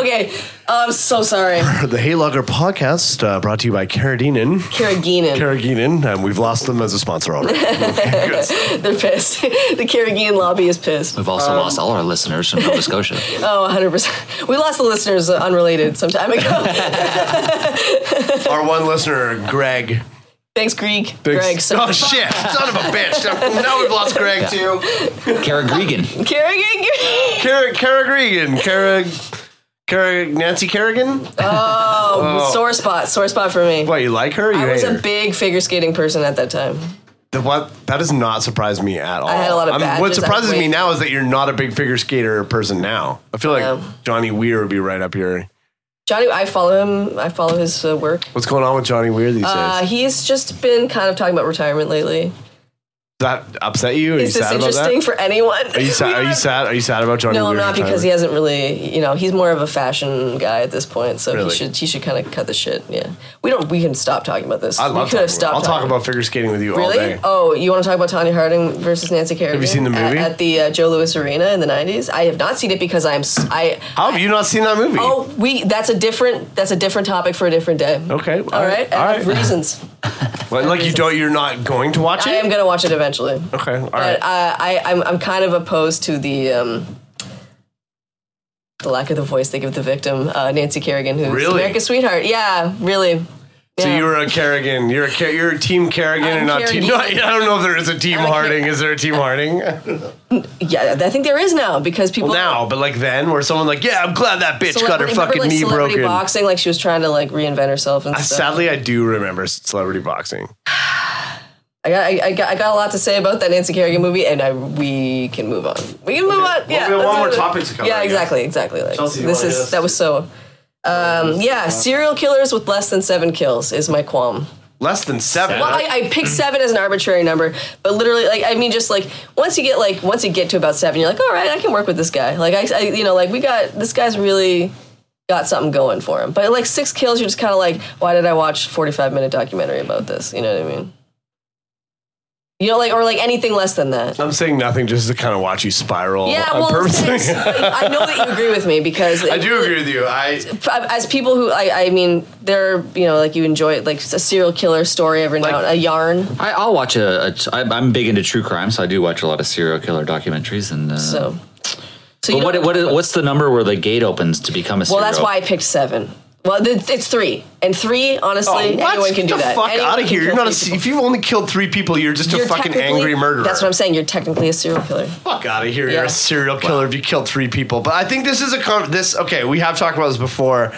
Speaker 2: okay. I'm so sorry.
Speaker 1: The Haylogger podcast uh, brought to you by Carrageenan.
Speaker 2: Carrageenan.
Speaker 1: Carrageenan, and we've lost them as a sponsor already.
Speaker 2: They're pissed. [LAUGHS] the Carrageenan lobby is pissed.
Speaker 3: We've also lost all our listeners from Nova [LAUGHS] Scotia.
Speaker 2: Oh, 100%. [LAUGHS] We lost the listeners uh, unrelated some
Speaker 1: [LAUGHS]
Speaker 2: time ago.
Speaker 1: [LAUGHS] Our one listener, Greg.
Speaker 2: Thanks, Greek. Greg. So [LAUGHS]
Speaker 1: oh shit! Son of a bitch! Now we've lost Greg too.
Speaker 3: Kara Gregan.
Speaker 2: Carrageenan.
Speaker 1: Cara, Cara Gregan, Cara, Cara, Nancy Kerrigan. Oh.
Speaker 2: Sore spot. Sore spot for me.
Speaker 1: What you like her? or You
Speaker 2: I
Speaker 1: hate
Speaker 2: was
Speaker 1: her?
Speaker 2: a big figure skating person at that time.
Speaker 1: The what? That does not surprise me at all. I
Speaker 2: had a lot of badges,
Speaker 1: What
Speaker 2: I
Speaker 1: surprises
Speaker 2: was
Speaker 1: me
Speaker 2: way-
Speaker 1: now is that you're not a big figure skater person now. I feel like
Speaker 2: Yeah.
Speaker 1: Johnny Weir would be right up your.
Speaker 2: Johnny, I follow him. I follow his uh, work.
Speaker 1: What's going on with Johnny Weir these
Speaker 2: Uh,
Speaker 1: days?
Speaker 2: he's just been kind of talking about retirement lately.
Speaker 1: Does that upset you? Are
Speaker 2: Is
Speaker 1: you
Speaker 2: this
Speaker 1: sad about that?
Speaker 2: interesting for anyone? [LAUGHS]
Speaker 1: Are you sad? Are you sad? Are you sad about Johnny?
Speaker 2: No, I'm
Speaker 1: Weir's
Speaker 2: not because he
Speaker 1: retirement?
Speaker 2: hasn't really. You know, he's more of a fashion guy at this point, so
Speaker 1: Really?
Speaker 2: he should he should kind of cut the shit. Yeah, we don't. We can stop talking about this.
Speaker 1: I
Speaker 2: we
Speaker 1: love.
Speaker 2: could
Speaker 1: talking
Speaker 2: have
Speaker 1: about it.
Speaker 2: stopped.
Speaker 1: I'll talk
Speaker 2: talking.
Speaker 1: about figure skating with you all
Speaker 2: Really?
Speaker 1: day.
Speaker 2: Oh, you want to talk about Tanya Harding versus Nancy Kerrigan? Have
Speaker 1: you seen the movie?
Speaker 2: at, at the uh, Joe Louis Arena in the '90s? I have not seen it because I'm. s- I
Speaker 1: How have you not seen that movie?
Speaker 2: oh, we that's a different that's a different topic for a different day.
Speaker 1: Okay,
Speaker 2: All right. I
Speaker 1: all
Speaker 2: have
Speaker 1: right. [LAUGHS]
Speaker 2: reasons.
Speaker 1: Well, like you don't, you're not going to watch it.
Speaker 2: I am gonna watch it eventually.
Speaker 1: okay, all right.
Speaker 2: But uh, I, I'm, I'm kind of opposed to the um, the lack of the voice they give the victim, uh, Nancy Kerrigan, who's
Speaker 1: Really?
Speaker 2: America's sweetheart. Yeah, really.
Speaker 1: so
Speaker 2: yeah.
Speaker 1: you were a Kerrigan. You're a Ker- you're a team Kerrigan
Speaker 2: I'm
Speaker 1: and not team. [LAUGHS]
Speaker 2: Kerrigan.
Speaker 1: No, I don't know if there is a team
Speaker 2: I'm a Ker-
Speaker 1: Harding. Is there a team
Speaker 2: [LAUGHS]
Speaker 1: Harding?
Speaker 2: Yeah, I think there is now because people
Speaker 1: now, but like then, where someone like, yeah, I'm glad that bitch got her
Speaker 2: Celebrity- remember,
Speaker 1: fucking
Speaker 2: like,
Speaker 1: knee
Speaker 2: celebrity
Speaker 1: broken.
Speaker 2: Boxing, like she was trying to like reinvent herself and
Speaker 1: I-
Speaker 2: stuff.
Speaker 1: Sadly, I do remember celebrity boxing.
Speaker 2: I got, I, I got, I got a lot to say about that Nancy Kerrigan movie, and I, we can move on. We can move on. Yeah,
Speaker 1: we have
Speaker 2: let's
Speaker 1: one more
Speaker 2: move on.
Speaker 1: topic to cover, I
Speaker 2: Yeah,
Speaker 1: guess.
Speaker 2: exactly, exactly. Like
Speaker 1: Chelsea, you
Speaker 2: this
Speaker 1: wanna
Speaker 2: is
Speaker 1: guess?
Speaker 2: that was so. Um, yeah, serial killers with less than seven kills is my qualm.
Speaker 1: Less than seven.
Speaker 2: Well, I, I picked seven as an arbitrary number, but literally, like, I mean, just like once you get like once you get to about seven, you're like, all right, I can work with this guy. Like, I, I you know, like we got this guy's really got something going for him. But like six kills, you're just kind of like, why did I watch 45 minute documentary about this? You know what I mean? You know, like or like anything less than that.
Speaker 1: I'm saying nothing just to kind of watch you spiral
Speaker 2: Yeah,
Speaker 1: on
Speaker 2: well,
Speaker 1: purpose.
Speaker 2: it's- I know that you agree with me because
Speaker 1: [LAUGHS] I do agree with you. I
Speaker 2: As people who, I, I mean, they're you know like you enjoy like a serial killer story every now and a yarn.
Speaker 3: I, I'll watch a. a I, I'm big into true crime, so I do watch a lot of serial killer documentaries. And uh,
Speaker 2: So, so
Speaker 3: but
Speaker 2: you
Speaker 3: what
Speaker 2: don't-
Speaker 3: what is, what's the number where the gate opens to become a?
Speaker 2: Well,
Speaker 3: Serial?
Speaker 2: that's why I picked seven. Well, th- it's three, and three, honestly, anyone can
Speaker 1: Oh, Get
Speaker 2: do
Speaker 1: the
Speaker 2: that.
Speaker 1: fuck
Speaker 2: Anyone
Speaker 1: out of
Speaker 2: can
Speaker 1: here!
Speaker 2: kill
Speaker 1: You're not a.
Speaker 2: three people.
Speaker 1: If you've only killed three people, you're just
Speaker 2: You're
Speaker 1: a fucking
Speaker 2: technically-
Speaker 1: angry murderer.
Speaker 2: That's what I'm saying. You're technically a serial killer.
Speaker 1: fuck out of here. You're
Speaker 2: Yeah.
Speaker 1: a serial killer if you killed three people. But I think this is a con- this. Okay, we have talked about this before.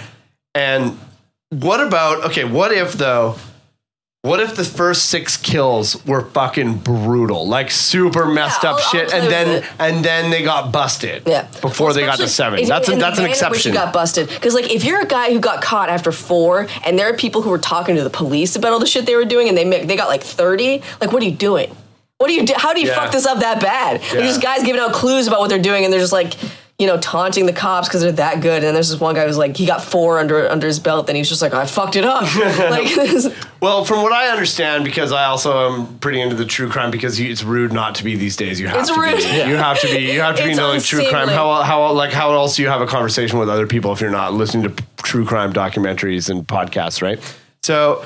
Speaker 1: And what about okay? What if though? What if the first six kills were fucking brutal, like super messed
Speaker 2: Yeah,
Speaker 1: up
Speaker 2: I'll- I'll
Speaker 1: shit,
Speaker 2: play
Speaker 1: and then
Speaker 2: with
Speaker 1: and then they got busted
Speaker 2: Yeah.
Speaker 1: before
Speaker 2: Well,
Speaker 1: they got to
Speaker 2: especially
Speaker 1: seven?
Speaker 2: in-
Speaker 1: That's a,
Speaker 2: in the
Speaker 1: that's an
Speaker 2: manner in which
Speaker 1: exception.
Speaker 2: You got busted because, like, if you're a guy who got caught after four, and there are people who were talking to the police about all the shit they were doing, and they ma- they got like thirty. Like, what are you doing? What do you do? How do you
Speaker 1: Yeah.
Speaker 2: fuck this up that bad? Like,
Speaker 1: Yeah.
Speaker 2: There's guys giving out clues about what they're doing, and they're just like. You know, taunting the cops because they're that good, and then there's this one guy who's like, he got four under under his belt, and he's just like, I fucked it up. [LAUGHS] like, this-
Speaker 1: Well, from what I understand, because I also am pretty into the true crime, because you, it's rude not to be these days. You have
Speaker 2: It's
Speaker 1: to
Speaker 2: rude.
Speaker 1: be. You have to be. You have to be
Speaker 2: It's
Speaker 1: into like, true crime.
Speaker 2: unseemly.
Speaker 1: How how like how else do you have a conversation with other people if you're not listening to p- true crime documentaries and podcasts, right? So.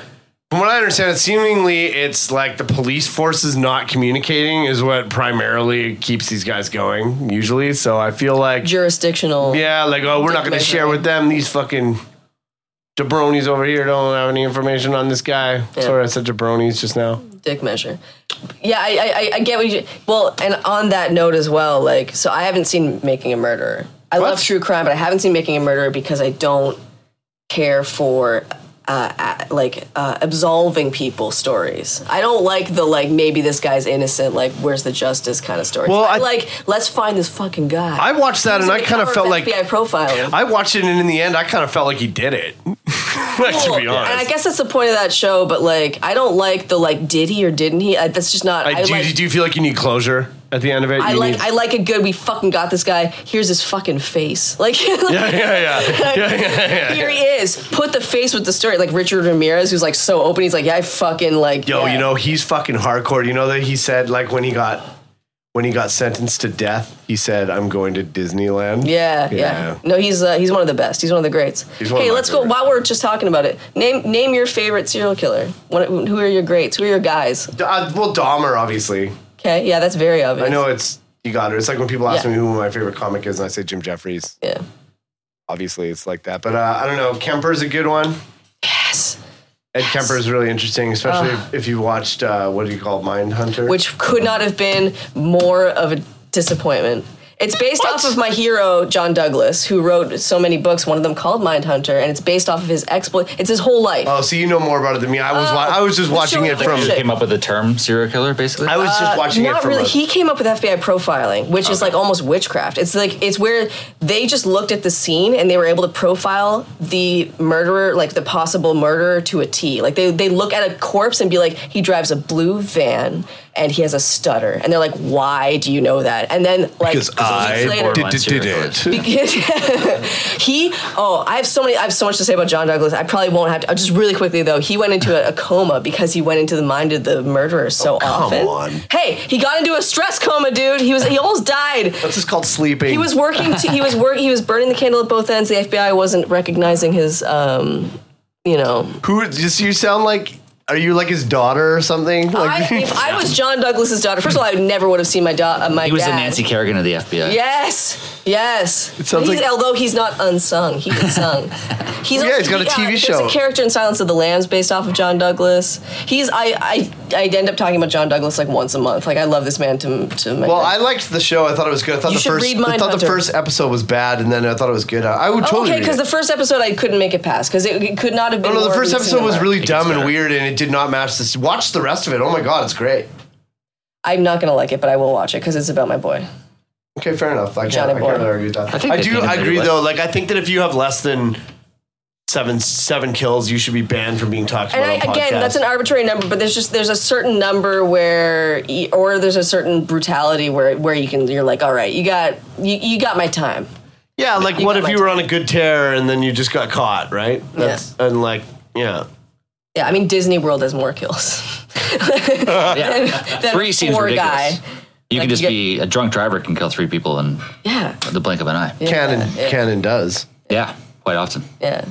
Speaker 1: From what I understand, seemingly it's like the police forces not communicating is what primarily keeps these guys going, usually. So I feel like
Speaker 2: jurisdictional.
Speaker 1: yeah, like oh, we're not going to share with them these fucking jabronis over here. Don't have any information on this guy. Sorry, I said jabronis just now.
Speaker 2: dick measure. Yeah, I, I, I- I get what you. Well, and on that note as well, like, so I haven't seen Making a Murderer. I
Speaker 1: What?
Speaker 2: love true crime, but I haven't seen Making a Murderer because I don't care for. Uh, uh, like uh, absolving people stories. I don't like the like maybe this guy's innocent. Like where's the justice kind of story.
Speaker 1: Well, I-
Speaker 2: like let's find this fucking guy.
Speaker 1: I watched that
Speaker 2: He's
Speaker 1: and I
Speaker 2: in the
Speaker 1: kind of
Speaker 2: power
Speaker 1: felt like
Speaker 2: FBI profiling.
Speaker 1: I watched it and in the end I kind of felt like he did it. [LAUGHS] like,
Speaker 2: Cool.
Speaker 1: to be honest,
Speaker 2: And I guess that's the point of that show. But like I don't like the like did he or didn't he. I, that's just not.
Speaker 1: Like, do,
Speaker 2: like,
Speaker 1: you, do you feel like you need closure at the end of it?
Speaker 2: I
Speaker 1: You
Speaker 2: like
Speaker 1: need-
Speaker 2: I like a good. We fucking got this guy. Here's his fucking face. [LAUGHS] Like,
Speaker 1: yeah, yeah, yeah, yeah, yeah, yeah.
Speaker 2: here he is. Put the face with the story. Like Richard Ramirez, who's like so open. He's like, yeah, I fucking like.
Speaker 1: Yo,
Speaker 2: yeah.
Speaker 1: you know he's fucking hardcore. You know that he said like when he got when he got sentenced to death, he said, "I'm going to Disneyland."
Speaker 2: Yeah, yeah.
Speaker 1: Yeah.
Speaker 2: No, he's uh, he's one of the best. He's one of the greats.
Speaker 1: He's one of
Speaker 2: hey,
Speaker 1: my
Speaker 2: let's go.
Speaker 1: favorites.
Speaker 2: While we're just talking about it, name name your favorite serial killer. What, who are your greats? Who are your guys?
Speaker 1: Uh, well, Dahmer obviously.
Speaker 2: Okay, yeah, that's very obvious.
Speaker 1: I know it's you got it. It's like when people ask
Speaker 2: Yeah.
Speaker 1: me who my favorite comic is, and I say Jim Jeffries.
Speaker 2: Yeah.
Speaker 1: Obviously, it's like that. But uh, I don't know. Kemper's a good one.
Speaker 2: Yes.
Speaker 1: Ed Kemper is really interesting, especially if, if you watched uh, what do you call Mind Hunter?
Speaker 2: which could not have been more of a disappointment. It's based off of my hero John Douglas, who wrote so many books. One of them called Mindhunter, and it's based off of his exploit. It's his whole life.
Speaker 1: oh, so you know more about it than me. I was wa- I was just
Speaker 2: the
Speaker 1: watching
Speaker 2: Oh, show
Speaker 1: it from.
Speaker 2: is
Speaker 3: Came up with the term serial killer, basically.
Speaker 1: I was just watching it
Speaker 2: Uh, not
Speaker 1: from.
Speaker 2: really.
Speaker 1: a-
Speaker 2: he came up with FBI profiling, which is like almost witchcraft. It's like it's where they just looked at the scene and they were able to profile the murderer, like the possible murderer, to a T. Like they they look at a corpse and be like, he drives a blue van and he has a stutter, and they're like, why do you know that? And then like weeks later-
Speaker 3: did- did it.
Speaker 1: [LAUGHS]
Speaker 2: [LAUGHS] he oh i have so many i have so much to say about john douglas i probably won't have to just really quickly though he went into a, a coma because he went into the mind of the murderer so often
Speaker 1: on.
Speaker 2: hey he got into a stress coma dude he was he almost died
Speaker 1: That's just called sleeping.
Speaker 2: he was working to, he was work he was burning the candle at both ends the fbi wasn't recognizing his um you know
Speaker 1: Who? Just you sound like. Are you like his daughter or something?
Speaker 2: I,
Speaker 1: Like,
Speaker 2: if [LAUGHS] i was john douglas's daughter first of all i never would have seen my daughter my
Speaker 3: he was the
Speaker 2: dad.
Speaker 3: Nancy Kerrigan of the
Speaker 2: [LAUGHS]
Speaker 3: FBI.
Speaker 2: Yes, yes.
Speaker 1: sounds
Speaker 2: He's-
Speaker 1: like-
Speaker 2: although he's not unsung, he
Speaker 1: [LAUGHS]
Speaker 2: is sung. He's
Speaker 1: Yeah, he's got a TV show.
Speaker 2: There's a character in Silence of the Lambs based off of John Douglas. He's I I I end up talking about John Douglas like once a month. Like I love this man to to
Speaker 1: [LAUGHS]
Speaker 2: my.
Speaker 1: Well, I liked the show. I thought it was good. I thought
Speaker 2: You
Speaker 1: the
Speaker 2: should
Speaker 1: first
Speaker 2: read
Speaker 1: I thought the
Speaker 2: Mindhunter.
Speaker 1: first episode was bad, and then I thought it was good. I, I would
Speaker 2: Oh,
Speaker 1: totally.
Speaker 2: okay,
Speaker 1: read
Speaker 2: because
Speaker 1: it. Oh,
Speaker 2: the first episode I couldn't make it past because it, it could not have been.
Speaker 1: No, no, the
Speaker 2: more
Speaker 1: first
Speaker 2: in
Speaker 1: episode was
Speaker 2: cinema.
Speaker 1: really dumb and
Speaker 3: better.
Speaker 1: weird, and it did not match this. Watch the rest of it. Oh my god, it's great.
Speaker 2: I'm not gonna like it, but I will watch it because it's about my boy.
Speaker 1: Okay, fair enough. I can't,
Speaker 2: Johnny
Speaker 1: I can't
Speaker 2: Boy.
Speaker 1: really argue with that. I,
Speaker 3: I think they
Speaker 1: do
Speaker 3: did it
Speaker 1: agree
Speaker 3: anyway.
Speaker 1: though. Like, I think that if you have less than seven seven kills, you should be banned from being talked
Speaker 2: And
Speaker 1: about.
Speaker 2: I,
Speaker 1: on
Speaker 2: again,
Speaker 1: podcasts.
Speaker 2: that's an arbitrary number, but there's just there's a certain number where, y- or there's a certain brutality where where you can you're like, all right, you got you, you got my time.
Speaker 1: yeah. Like, what
Speaker 2: got
Speaker 1: if
Speaker 2: my
Speaker 1: you were on a good tear and then you just got caught? Right. That's and like yeah.
Speaker 2: Yeah, I mean Disney World has more kills.
Speaker 3: yeah,
Speaker 2: That
Speaker 3: [LAUGHS] three seems
Speaker 2: poor guy.
Speaker 3: ridiculous. You
Speaker 2: Like,
Speaker 3: can just
Speaker 2: you get-
Speaker 3: be a drunk driver can kill three people in
Speaker 2: Yeah.
Speaker 3: the blink of an eye. Yeah,
Speaker 1: Canon, Canon does.
Speaker 3: quite often.
Speaker 2: Yeah.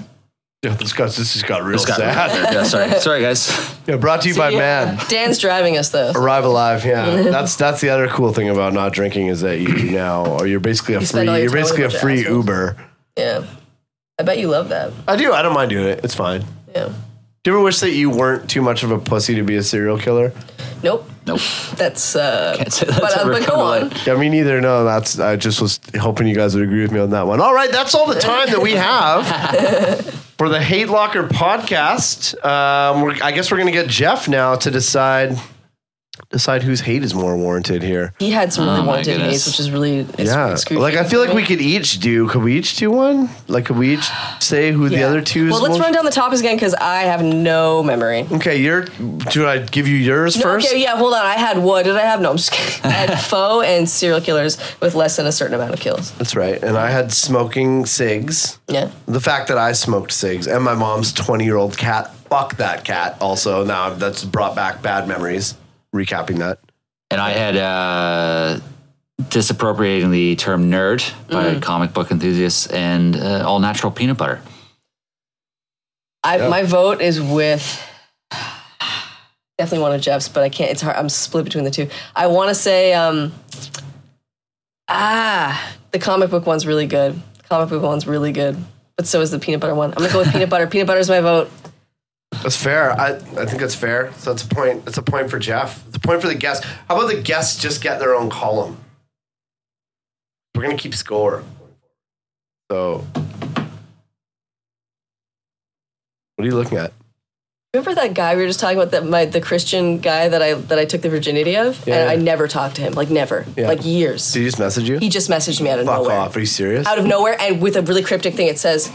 Speaker 1: Yeah, this got this has got real
Speaker 3: It's got-
Speaker 1: sad.
Speaker 3: yeah, sorry, sorry guys.
Speaker 1: Yeah, brought to you by
Speaker 2: Yeah.
Speaker 1: Mad.
Speaker 2: Dan's driving us though.
Speaker 1: Arrive alive,
Speaker 2: [LAUGHS]
Speaker 1: yeah. That's that's the other cool thing about not drinking is that
Speaker 2: [CLEARS THROAT]
Speaker 1: you now or you're basically a free
Speaker 2: spend all your
Speaker 1: you're
Speaker 2: time with
Speaker 1: basically
Speaker 2: a
Speaker 1: a
Speaker 2: bunch of
Speaker 1: free
Speaker 2: assholes.
Speaker 1: Uber.
Speaker 2: Yeah. I bet you love that.
Speaker 1: I do. I don't mind doing it. It's fine.
Speaker 2: Yeah.
Speaker 1: Do you ever wish that you weren't too much of a pussy to be a serial killer?
Speaker 2: Nope.
Speaker 3: Nope.
Speaker 2: That's uh
Speaker 3: Can't say that's
Speaker 2: but, uh,
Speaker 3: ever
Speaker 2: but
Speaker 3: come
Speaker 2: go
Speaker 3: to
Speaker 2: on.
Speaker 3: light.
Speaker 1: Yeah, me neither. No, that's. I just was hoping you guys would agree with me on that one. All right, that's all the time that we have
Speaker 2: [LAUGHS]
Speaker 1: for the Hate Locker podcast. Um, we're, I guess we're gonna get Jeff now to decide decide whose hate is more warranted here.
Speaker 2: He had some
Speaker 3: Oh,
Speaker 2: really
Speaker 3: my
Speaker 2: wanted
Speaker 3: goodness.
Speaker 2: hates, which is really it's
Speaker 1: Yeah, like
Speaker 2: excruciating
Speaker 1: I feel like
Speaker 2: for
Speaker 1: we
Speaker 2: me.
Speaker 1: could each do. Could we each do one? Like, could we each say who the
Speaker 2: Yeah.
Speaker 1: other two? is
Speaker 2: Well, let's
Speaker 1: most-
Speaker 2: run down the topics again because I have no memory.
Speaker 1: Okay, your. Do I give you yours
Speaker 2: No,
Speaker 1: first?
Speaker 2: Okay, yeah, hold on. I had what did I have? No, I'm just kidding.
Speaker 1: [LAUGHS]
Speaker 2: I had foe and serial killers with less than a certain amount of kills.
Speaker 1: That's right. And I had smoking cigs.
Speaker 2: Yeah.
Speaker 1: The fact that I smoked cigs and my mom's 20 year old cat, fuck that cat. Also, now that's brought back bad memories. Recapping that.
Speaker 3: And I had uh, disappropriating the term nerd by
Speaker 2: Mm-hmm.
Speaker 3: comic book enthusiasts and uh, all natural peanut butter.
Speaker 2: I, My vote is with [SIGHS] definitely one of Jeff's, but I can't. It's hard. I'm split between the two. I want to say, um, ah, the comic book one's really good. The comic book one's really good, but so is the peanut butter one. I'm gonna go with peanut butter. Peanut butter's my vote.
Speaker 1: That's fair. I, I think that's fair. So that's a point. That's a point for Jeff. It's a point for the guests. How about the guests just get their own column? We're going to keep score. So. What are you looking at?
Speaker 2: Remember that guy we were just talking about that my the Christian guy that I that I took the virginity of,
Speaker 1: Yeah,
Speaker 2: and
Speaker 1: yeah.
Speaker 2: I never talked to him, like never,
Speaker 1: Yeah.
Speaker 2: like years.
Speaker 1: Did he just message you?
Speaker 2: He just messaged me out of
Speaker 1: Fuck
Speaker 2: nowhere.
Speaker 1: off. Are you serious?
Speaker 2: out of nowhere and with a really cryptic thing. It says,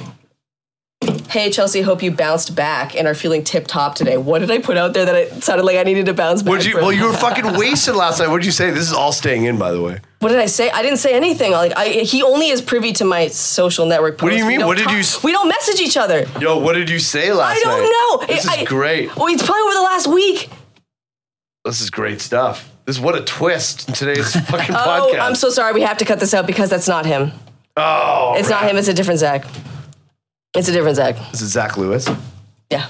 Speaker 2: Hey, Chelsea, hope you bounced back and are feeling tip top today. What did I put out there that it sounded like I needed to bounce back?
Speaker 1: What'd you,
Speaker 2: from?
Speaker 1: well, you were fucking wasted last night. What'd you say? This is all staying in, by the way.
Speaker 2: what did I say? I didn't say anything. Like I, he only is privy to my social network posts.
Speaker 1: do you
Speaker 2: We
Speaker 1: mean?
Speaker 2: don't
Speaker 1: What did you s-
Speaker 2: We don't message each other.
Speaker 1: Yo, what did you say
Speaker 2: I
Speaker 1: last night?
Speaker 2: don't know.
Speaker 1: This
Speaker 2: It-
Speaker 1: is
Speaker 2: I-
Speaker 1: great.
Speaker 2: Well, it's probably over the last week.
Speaker 1: This is great stuff. This what a twist in
Speaker 2: [LAUGHS]
Speaker 1: today's fucking
Speaker 2: Oh,
Speaker 1: podcast.
Speaker 2: I'm so sorry. We have to cut this out because that's not him.
Speaker 1: oh,
Speaker 2: It's not him. It's a different Zach. It's a different Zach.
Speaker 1: This is Zach Lewis.
Speaker 2: Yeah.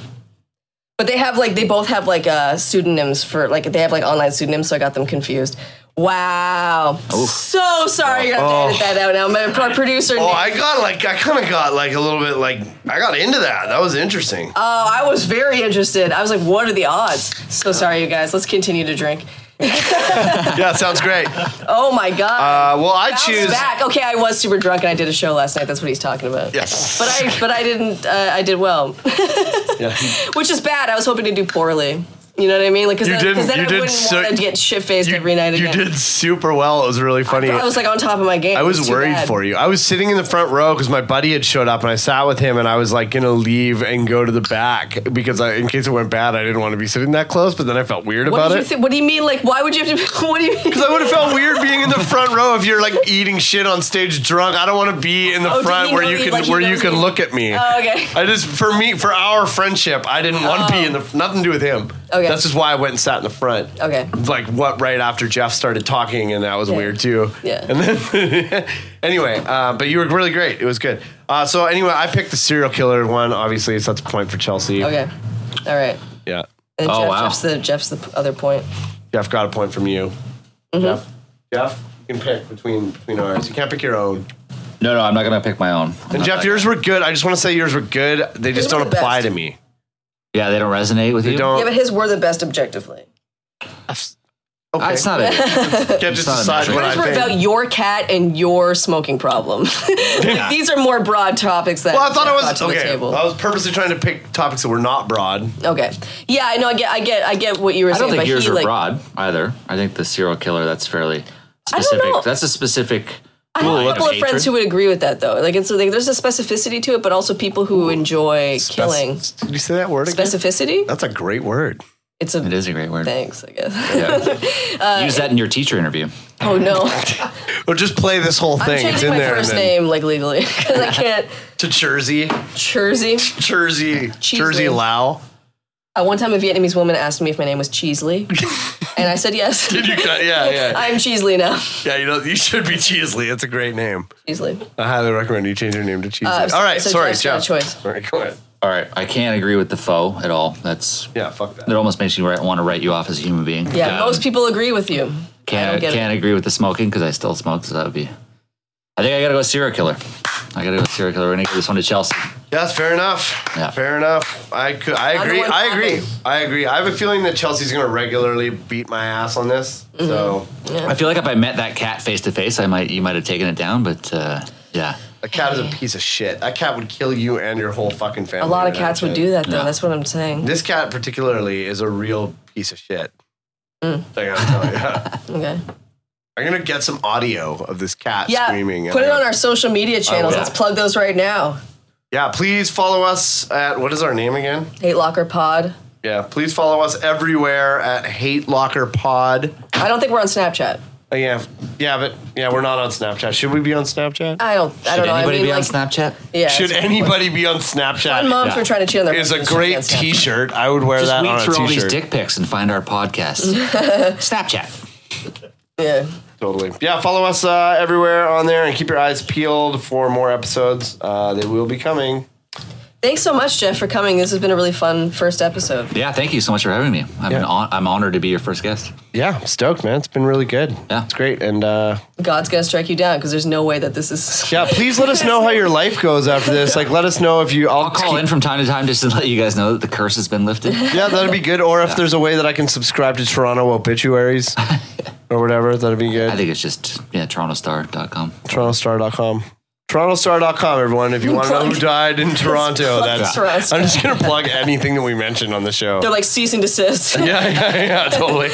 Speaker 2: But they have like they both have like uh pseudonyms for like they have like online pseudonyms, so I got them confused. Wow. So sorry I have to edit that out now. My pro- producer
Speaker 1: Oh,
Speaker 2: Nick-
Speaker 1: I got like I kind of got like a little bit like I got into that. That was interesting.
Speaker 2: oh, I was very interested. I was like, what are the odds? So sorry you guys. Let's continue to drink.
Speaker 1: yeah, sounds great. Uh,
Speaker 2: Oh my god.
Speaker 1: well, I
Speaker 2: Bounce
Speaker 1: choose.
Speaker 2: back. Okay, I was super drunk and I did a show last night. That's what he's talking about.
Speaker 1: Yes.
Speaker 2: But I but I didn't uh, I did well.
Speaker 1: [LAUGHS]
Speaker 2: [LAUGHS]
Speaker 1: Yeah.
Speaker 2: Which is bad. I was hoping to do poorly. You know what I mean? Like, cause
Speaker 1: You
Speaker 2: then,
Speaker 1: didn't-
Speaker 2: 'cause then
Speaker 1: you
Speaker 2: I
Speaker 1: did
Speaker 2: wouldn't
Speaker 1: so-
Speaker 2: want to get shit faced
Speaker 1: You,
Speaker 2: every night
Speaker 1: you
Speaker 2: again.
Speaker 1: did super well. It was really funny.
Speaker 2: I was like on top of my game.
Speaker 1: I was worried for you. I was sitting in the front row because my buddy had showed up, and I sat with him, and I was like gonna leave and go to the back because I, in case it went bad, I didn't want to be sitting that close. But then I felt weird
Speaker 2: What
Speaker 1: about
Speaker 2: do
Speaker 1: it
Speaker 2: you think? What do you mean? Like, why would you have to? [LAUGHS] What do you mean?
Speaker 1: because I would have felt weird being in the front row if you're like eating shit on stage drunk. I don't want to be in the
Speaker 2: Oh, did
Speaker 1: front
Speaker 2: he
Speaker 1: where
Speaker 2: know
Speaker 1: you
Speaker 2: you-
Speaker 1: can
Speaker 2: like, he
Speaker 1: where you
Speaker 2: knows
Speaker 1: can
Speaker 2: you-
Speaker 1: look at me.
Speaker 2: Oh, okay. Oh.
Speaker 1: I just for me for our friendship, I didn't want to be in the nothing to do with him.
Speaker 2: Okay.
Speaker 1: That's just why I went and sat in the front.
Speaker 2: Okay.
Speaker 1: Like what right after Jeff started talking, and that was weird too.
Speaker 2: Yeah.
Speaker 1: And then [LAUGHS] anyway, uh, but you were really great. It was good. Uh, so anyway, I picked the serial killer one. Obviously, so that's a point for Chelsea.
Speaker 2: [LAUGHS] Okay, all right.
Speaker 1: Yeah.
Speaker 2: And
Speaker 3: Oh,
Speaker 2: Jeff,
Speaker 3: wow.
Speaker 2: Jeff's the Jeff's the other point.
Speaker 1: Jeff got a point from you.
Speaker 2: Mm-hmm.
Speaker 1: Jeff. Jeff. You can pick between between ours. You can't pick your own.
Speaker 3: No, no, I'm not gonna pick my own. I'm
Speaker 1: And
Speaker 3: not
Speaker 1: Jeff,
Speaker 3: that-
Speaker 1: yours were good. I just want to say yours were good. They just
Speaker 2: were
Speaker 1: don't
Speaker 2: the
Speaker 1: apply
Speaker 2: best.
Speaker 1: to me.
Speaker 3: Yeah, they don't resonate with
Speaker 1: They
Speaker 3: you.
Speaker 1: don't.
Speaker 2: Yeah, but his were the best objectively.
Speaker 1: okay.
Speaker 2: [LAUGHS]
Speaker 3: That's not it.
Speaker 1: Can't just
Speaker 3: not a
Speaker 1: decide
Speaker 3: measure.
Speaker 1: what
Speaker 2: These were
Speaker 1: I
Speaker 2: about
Speaker 1: think.
Speaker 2: your cat and your smoking problem. [LAUGHS] These are more broad topics that.
Speaker 1: Well, I thought
Speaker 2: Jeff
Speaker 1: it
Speaker 2: brought
Speaker 1: was
Speaker 2: to the
Speaker 1: okay.
Speaker 2: table.
Speaker 1: I was purposely trying to pick topics that were not broad.
Speaker 2: Okay. Yeah, I know. I get. I get. I get what you were
Speaker 3: I
Speaker 2: saying.
Speaker 3: don't think
Speaker 2: but
Speaker 3: yours
Speaker 2: he,
Speaker 3: are
Speaker 2: like,
Speaker 3: broad either. I think the serial killer that's fairly
Speaker 2: don't
Speaker 3: specific.
Speaker 2: know.
Speaker 3: That's a specific.
Speaker 2: I have a couple of friends who would agree with that though. Like, and so like, there's a specificity to it, but also people who enjoy killing.
Speaker 1: Spec- Did you say that word again?
Speaker 2: Specificity.
Speaker 1: That's a great word.
Speaker 2: It's a
Speaker 3: It is a great word.
Speaker 2: thanks, I guess. Uh,
Speaker 3: Yeah. Use that in your teacher interview.
Speaker 2: [LAUGHS] Oh
Speaker 3: [LAUGHS]
Speaker 2: no.
Speaker 1: Or just play this whole
Speaker 2: I'm
Speaker 1: thing. It's
Speaker 2: changing
Speaker 1: in
Speaker 2: my
Speaker 1: there.
Speaker 2: first
Speaker 1: and then-
Speaker 2: name like legally [LAUGHS] because I can't.
Speaker 1: To Jersey.
Speaker 2: Jersey. [LAUGHS]
Speaker 1: Jersey. Jersey Lau.
Speaker 2: Uh, one time, a Vietnamese woman asked me if my name
Speaker 1: [LAUGHS]
Speaker 2: was Cheesley, and I said yes. [LAUGHS]
Speaker 1: Did you cut- yeah, yeah.
Speaker 2: I'm Cheesley now.
Speaker 1: Yeah, you know, you should be Cheesley. It's a great name.
Speaker 2: Cheesley.
Speaker 1: I highly recommend you change your name to Cheesley.
Speaker 2: Uh, so-
Speaker 1: All right,
Speaker 2: so
Speaker 1: sorry,
Speaker 2: Jeff's got a
Speaker 1: Jeff.
Speaker 2: choice.
Speaker 1: All right, go ahead.
Speaker 3: All right, I can't agree with the foe at all. That's
Speaker 1: Yeah, fuck that.
Speaker 3: that almost makes you want to write you off as a human being.
Speaker 2: Yeah, most people agree with you. I
Speaker 3: Can't
Speaker 2: don't get it.
Speaker 3: can't agree with the smoking because I still smoke. So that would be. I think I gotta go serial killer. I gotta go serial killer. We're gonna give this one to Chelsea.
Speaker 1: Yes, fair enough.
Speaker 3: Yeah.
Speaker 1: Fair enough. I could. I
Speaker 2: the
Speaker 1: agree.
Speaker 2: one
Speaker 1: I agree.
Speaker 2: clapping.
Speaker 1: I agree. I have a feeling that Chelsea's going to regularly beat my ass on this. So
Speaker 2: Mm-hmm.
Speaker 3: I feel like if I met that cat face to face, I might you might have taken it down, but uh, yeah,
Speaker 1: a cat is a piece of shit. That cat would kill you and your whole fucking family.
Speaker 2: A lot of
Speaker 1: without
Speaker 2: cats would
Speaker 1: it.
Speaker 2: do that, though.
Speaker 3: Yeah.
Speaker 2: That's what I'm saying.
Speaker 1: This cat particularly is a real piece of shit.
Speaker 2: Mm.
Speaker 1: I gotta tell you. [LAUGHS]
Speaker 2: Okay.
Speaker 1: I'm gonna get some audio of this cat
Speaker 2: Yeah.
Speaker 1: screaming.
Speaker 2: Put it on our social media channels.
Speaker 1: will.
Speaker 2: Let's plug those right now.
Speaker 1: Yeah, please follow us at what is our name again?
Speaker 2: Hate Locker Pod.
Speaker 1: Yeah, please follow us everywhere at Hate Locker Pod.
Speaker 2: I don't think we're on Snapchat.
Speaker 1: Oh, yeah, yeah, but yeah, we're not on Snapchat. Should we be on Snapchat?
Speaker 3: Uh,
Speaker 2: I don't. I don't
Speaker 3: Should
Speaker 2: know. I
Speaker 3: anybody
Speaker 2: mean,
Speaker 3: be
Speaker 2: like,
Speaker 3: on Snapchat?
Speaker 2: yeah.
Speaker 1: Should
Speaker 2: it's-
Speaker 1: anybody be on
Speaker 2: Fun
Speaker 1: Snapchat?
Speaker 2: moms
Speaker 3: Yeah.
Speaker 2: were trying to cheat on their.
Speaker 1: Is a
Speaker 2: partners on
Speaker 1: great
Speaker 2: Snapchat.
Speaker 1: T-shirt. I would wear
Speaker 3: Just
Speaker 1: that on
Speaker 3: weed
Speaker 1: a
Speaker 3: through all these
Speaker 1: T-shirt.
Speaker 3: dick pics and find
Speaker 2: [LAUGHS]
Speaker 3: our podcast. Snapchat.
Speaker 2: Yeah.
Speaker 1: totally. Yeah, follow us uh, everywhere on there and keep your eyes peeled for more episodes. Uh, they will be coming.
Speaker 2: Thanks so much, Jeff, for coming. This has been a really fun first episode.
Speaker 3: Yeah, thank you so much for having me. I'm
Speaker 1: Yeah.
Speaker 3: on, I'm honored to be your first guest.
Speaker 1: Yeah, I'm stoked, man. It's been really good.
Speaker 3: Yeah.
Speaker 1: it's great. And uh,
Speaker 2: God's gonna strike you down because there's no way that this is. [LAUGHS]
Speaker 1: yeah, please let us know how your life goes after this. Like, let us know if you.
Speaker 3: I'll call in from time to time just to let you guys know that the curse has been lifted.
Speaker 1: Yeah, that'd be good. Or if there's a way that I can subscribe to Toronto
Speaker 3: [LAUGHS]
Speaker 1: obituaries or whatever, that'd be
Speaker 3: I
Speaker 1: good.
Speaker 3: think it's just yeah, TorontoStar.com.
Speaker 1: TorontoStar.com. TorontoStar.com, everyone. If you want to know who
Speaker 2: Plug.
Speaker 1: died
Speaker 3: [LAUGHS]
Speaker 1: in Toronto,
Speaker 2: Plug
Speaker 1: that's.
Speaker 2: Toronto.
Speaker 1: I'm just gonna plug anything that we mentioned on the show.
Speaker 2: They're like cease and desist.
Speaker 1: [LAUGHS] Yeah, yeah, yeah,
Speaker 3: [LAUGHS]
Speaker 1: totally.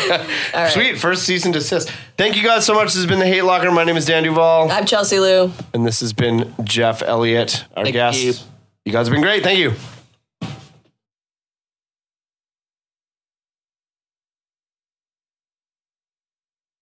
Speaker 1: Sweet, first cease and desist. Thank you guys so much. This has been the Hate Locker. My name is Dan Duval,
Speaker 2: I'm Chelsea Lou.
Speaker 1: and this has been Jeff Elliott, our
Speaker 3: Thank
Speaker 1: guest.
Speaker 3: you.
Speaker 1: you guys have been great. Thank you.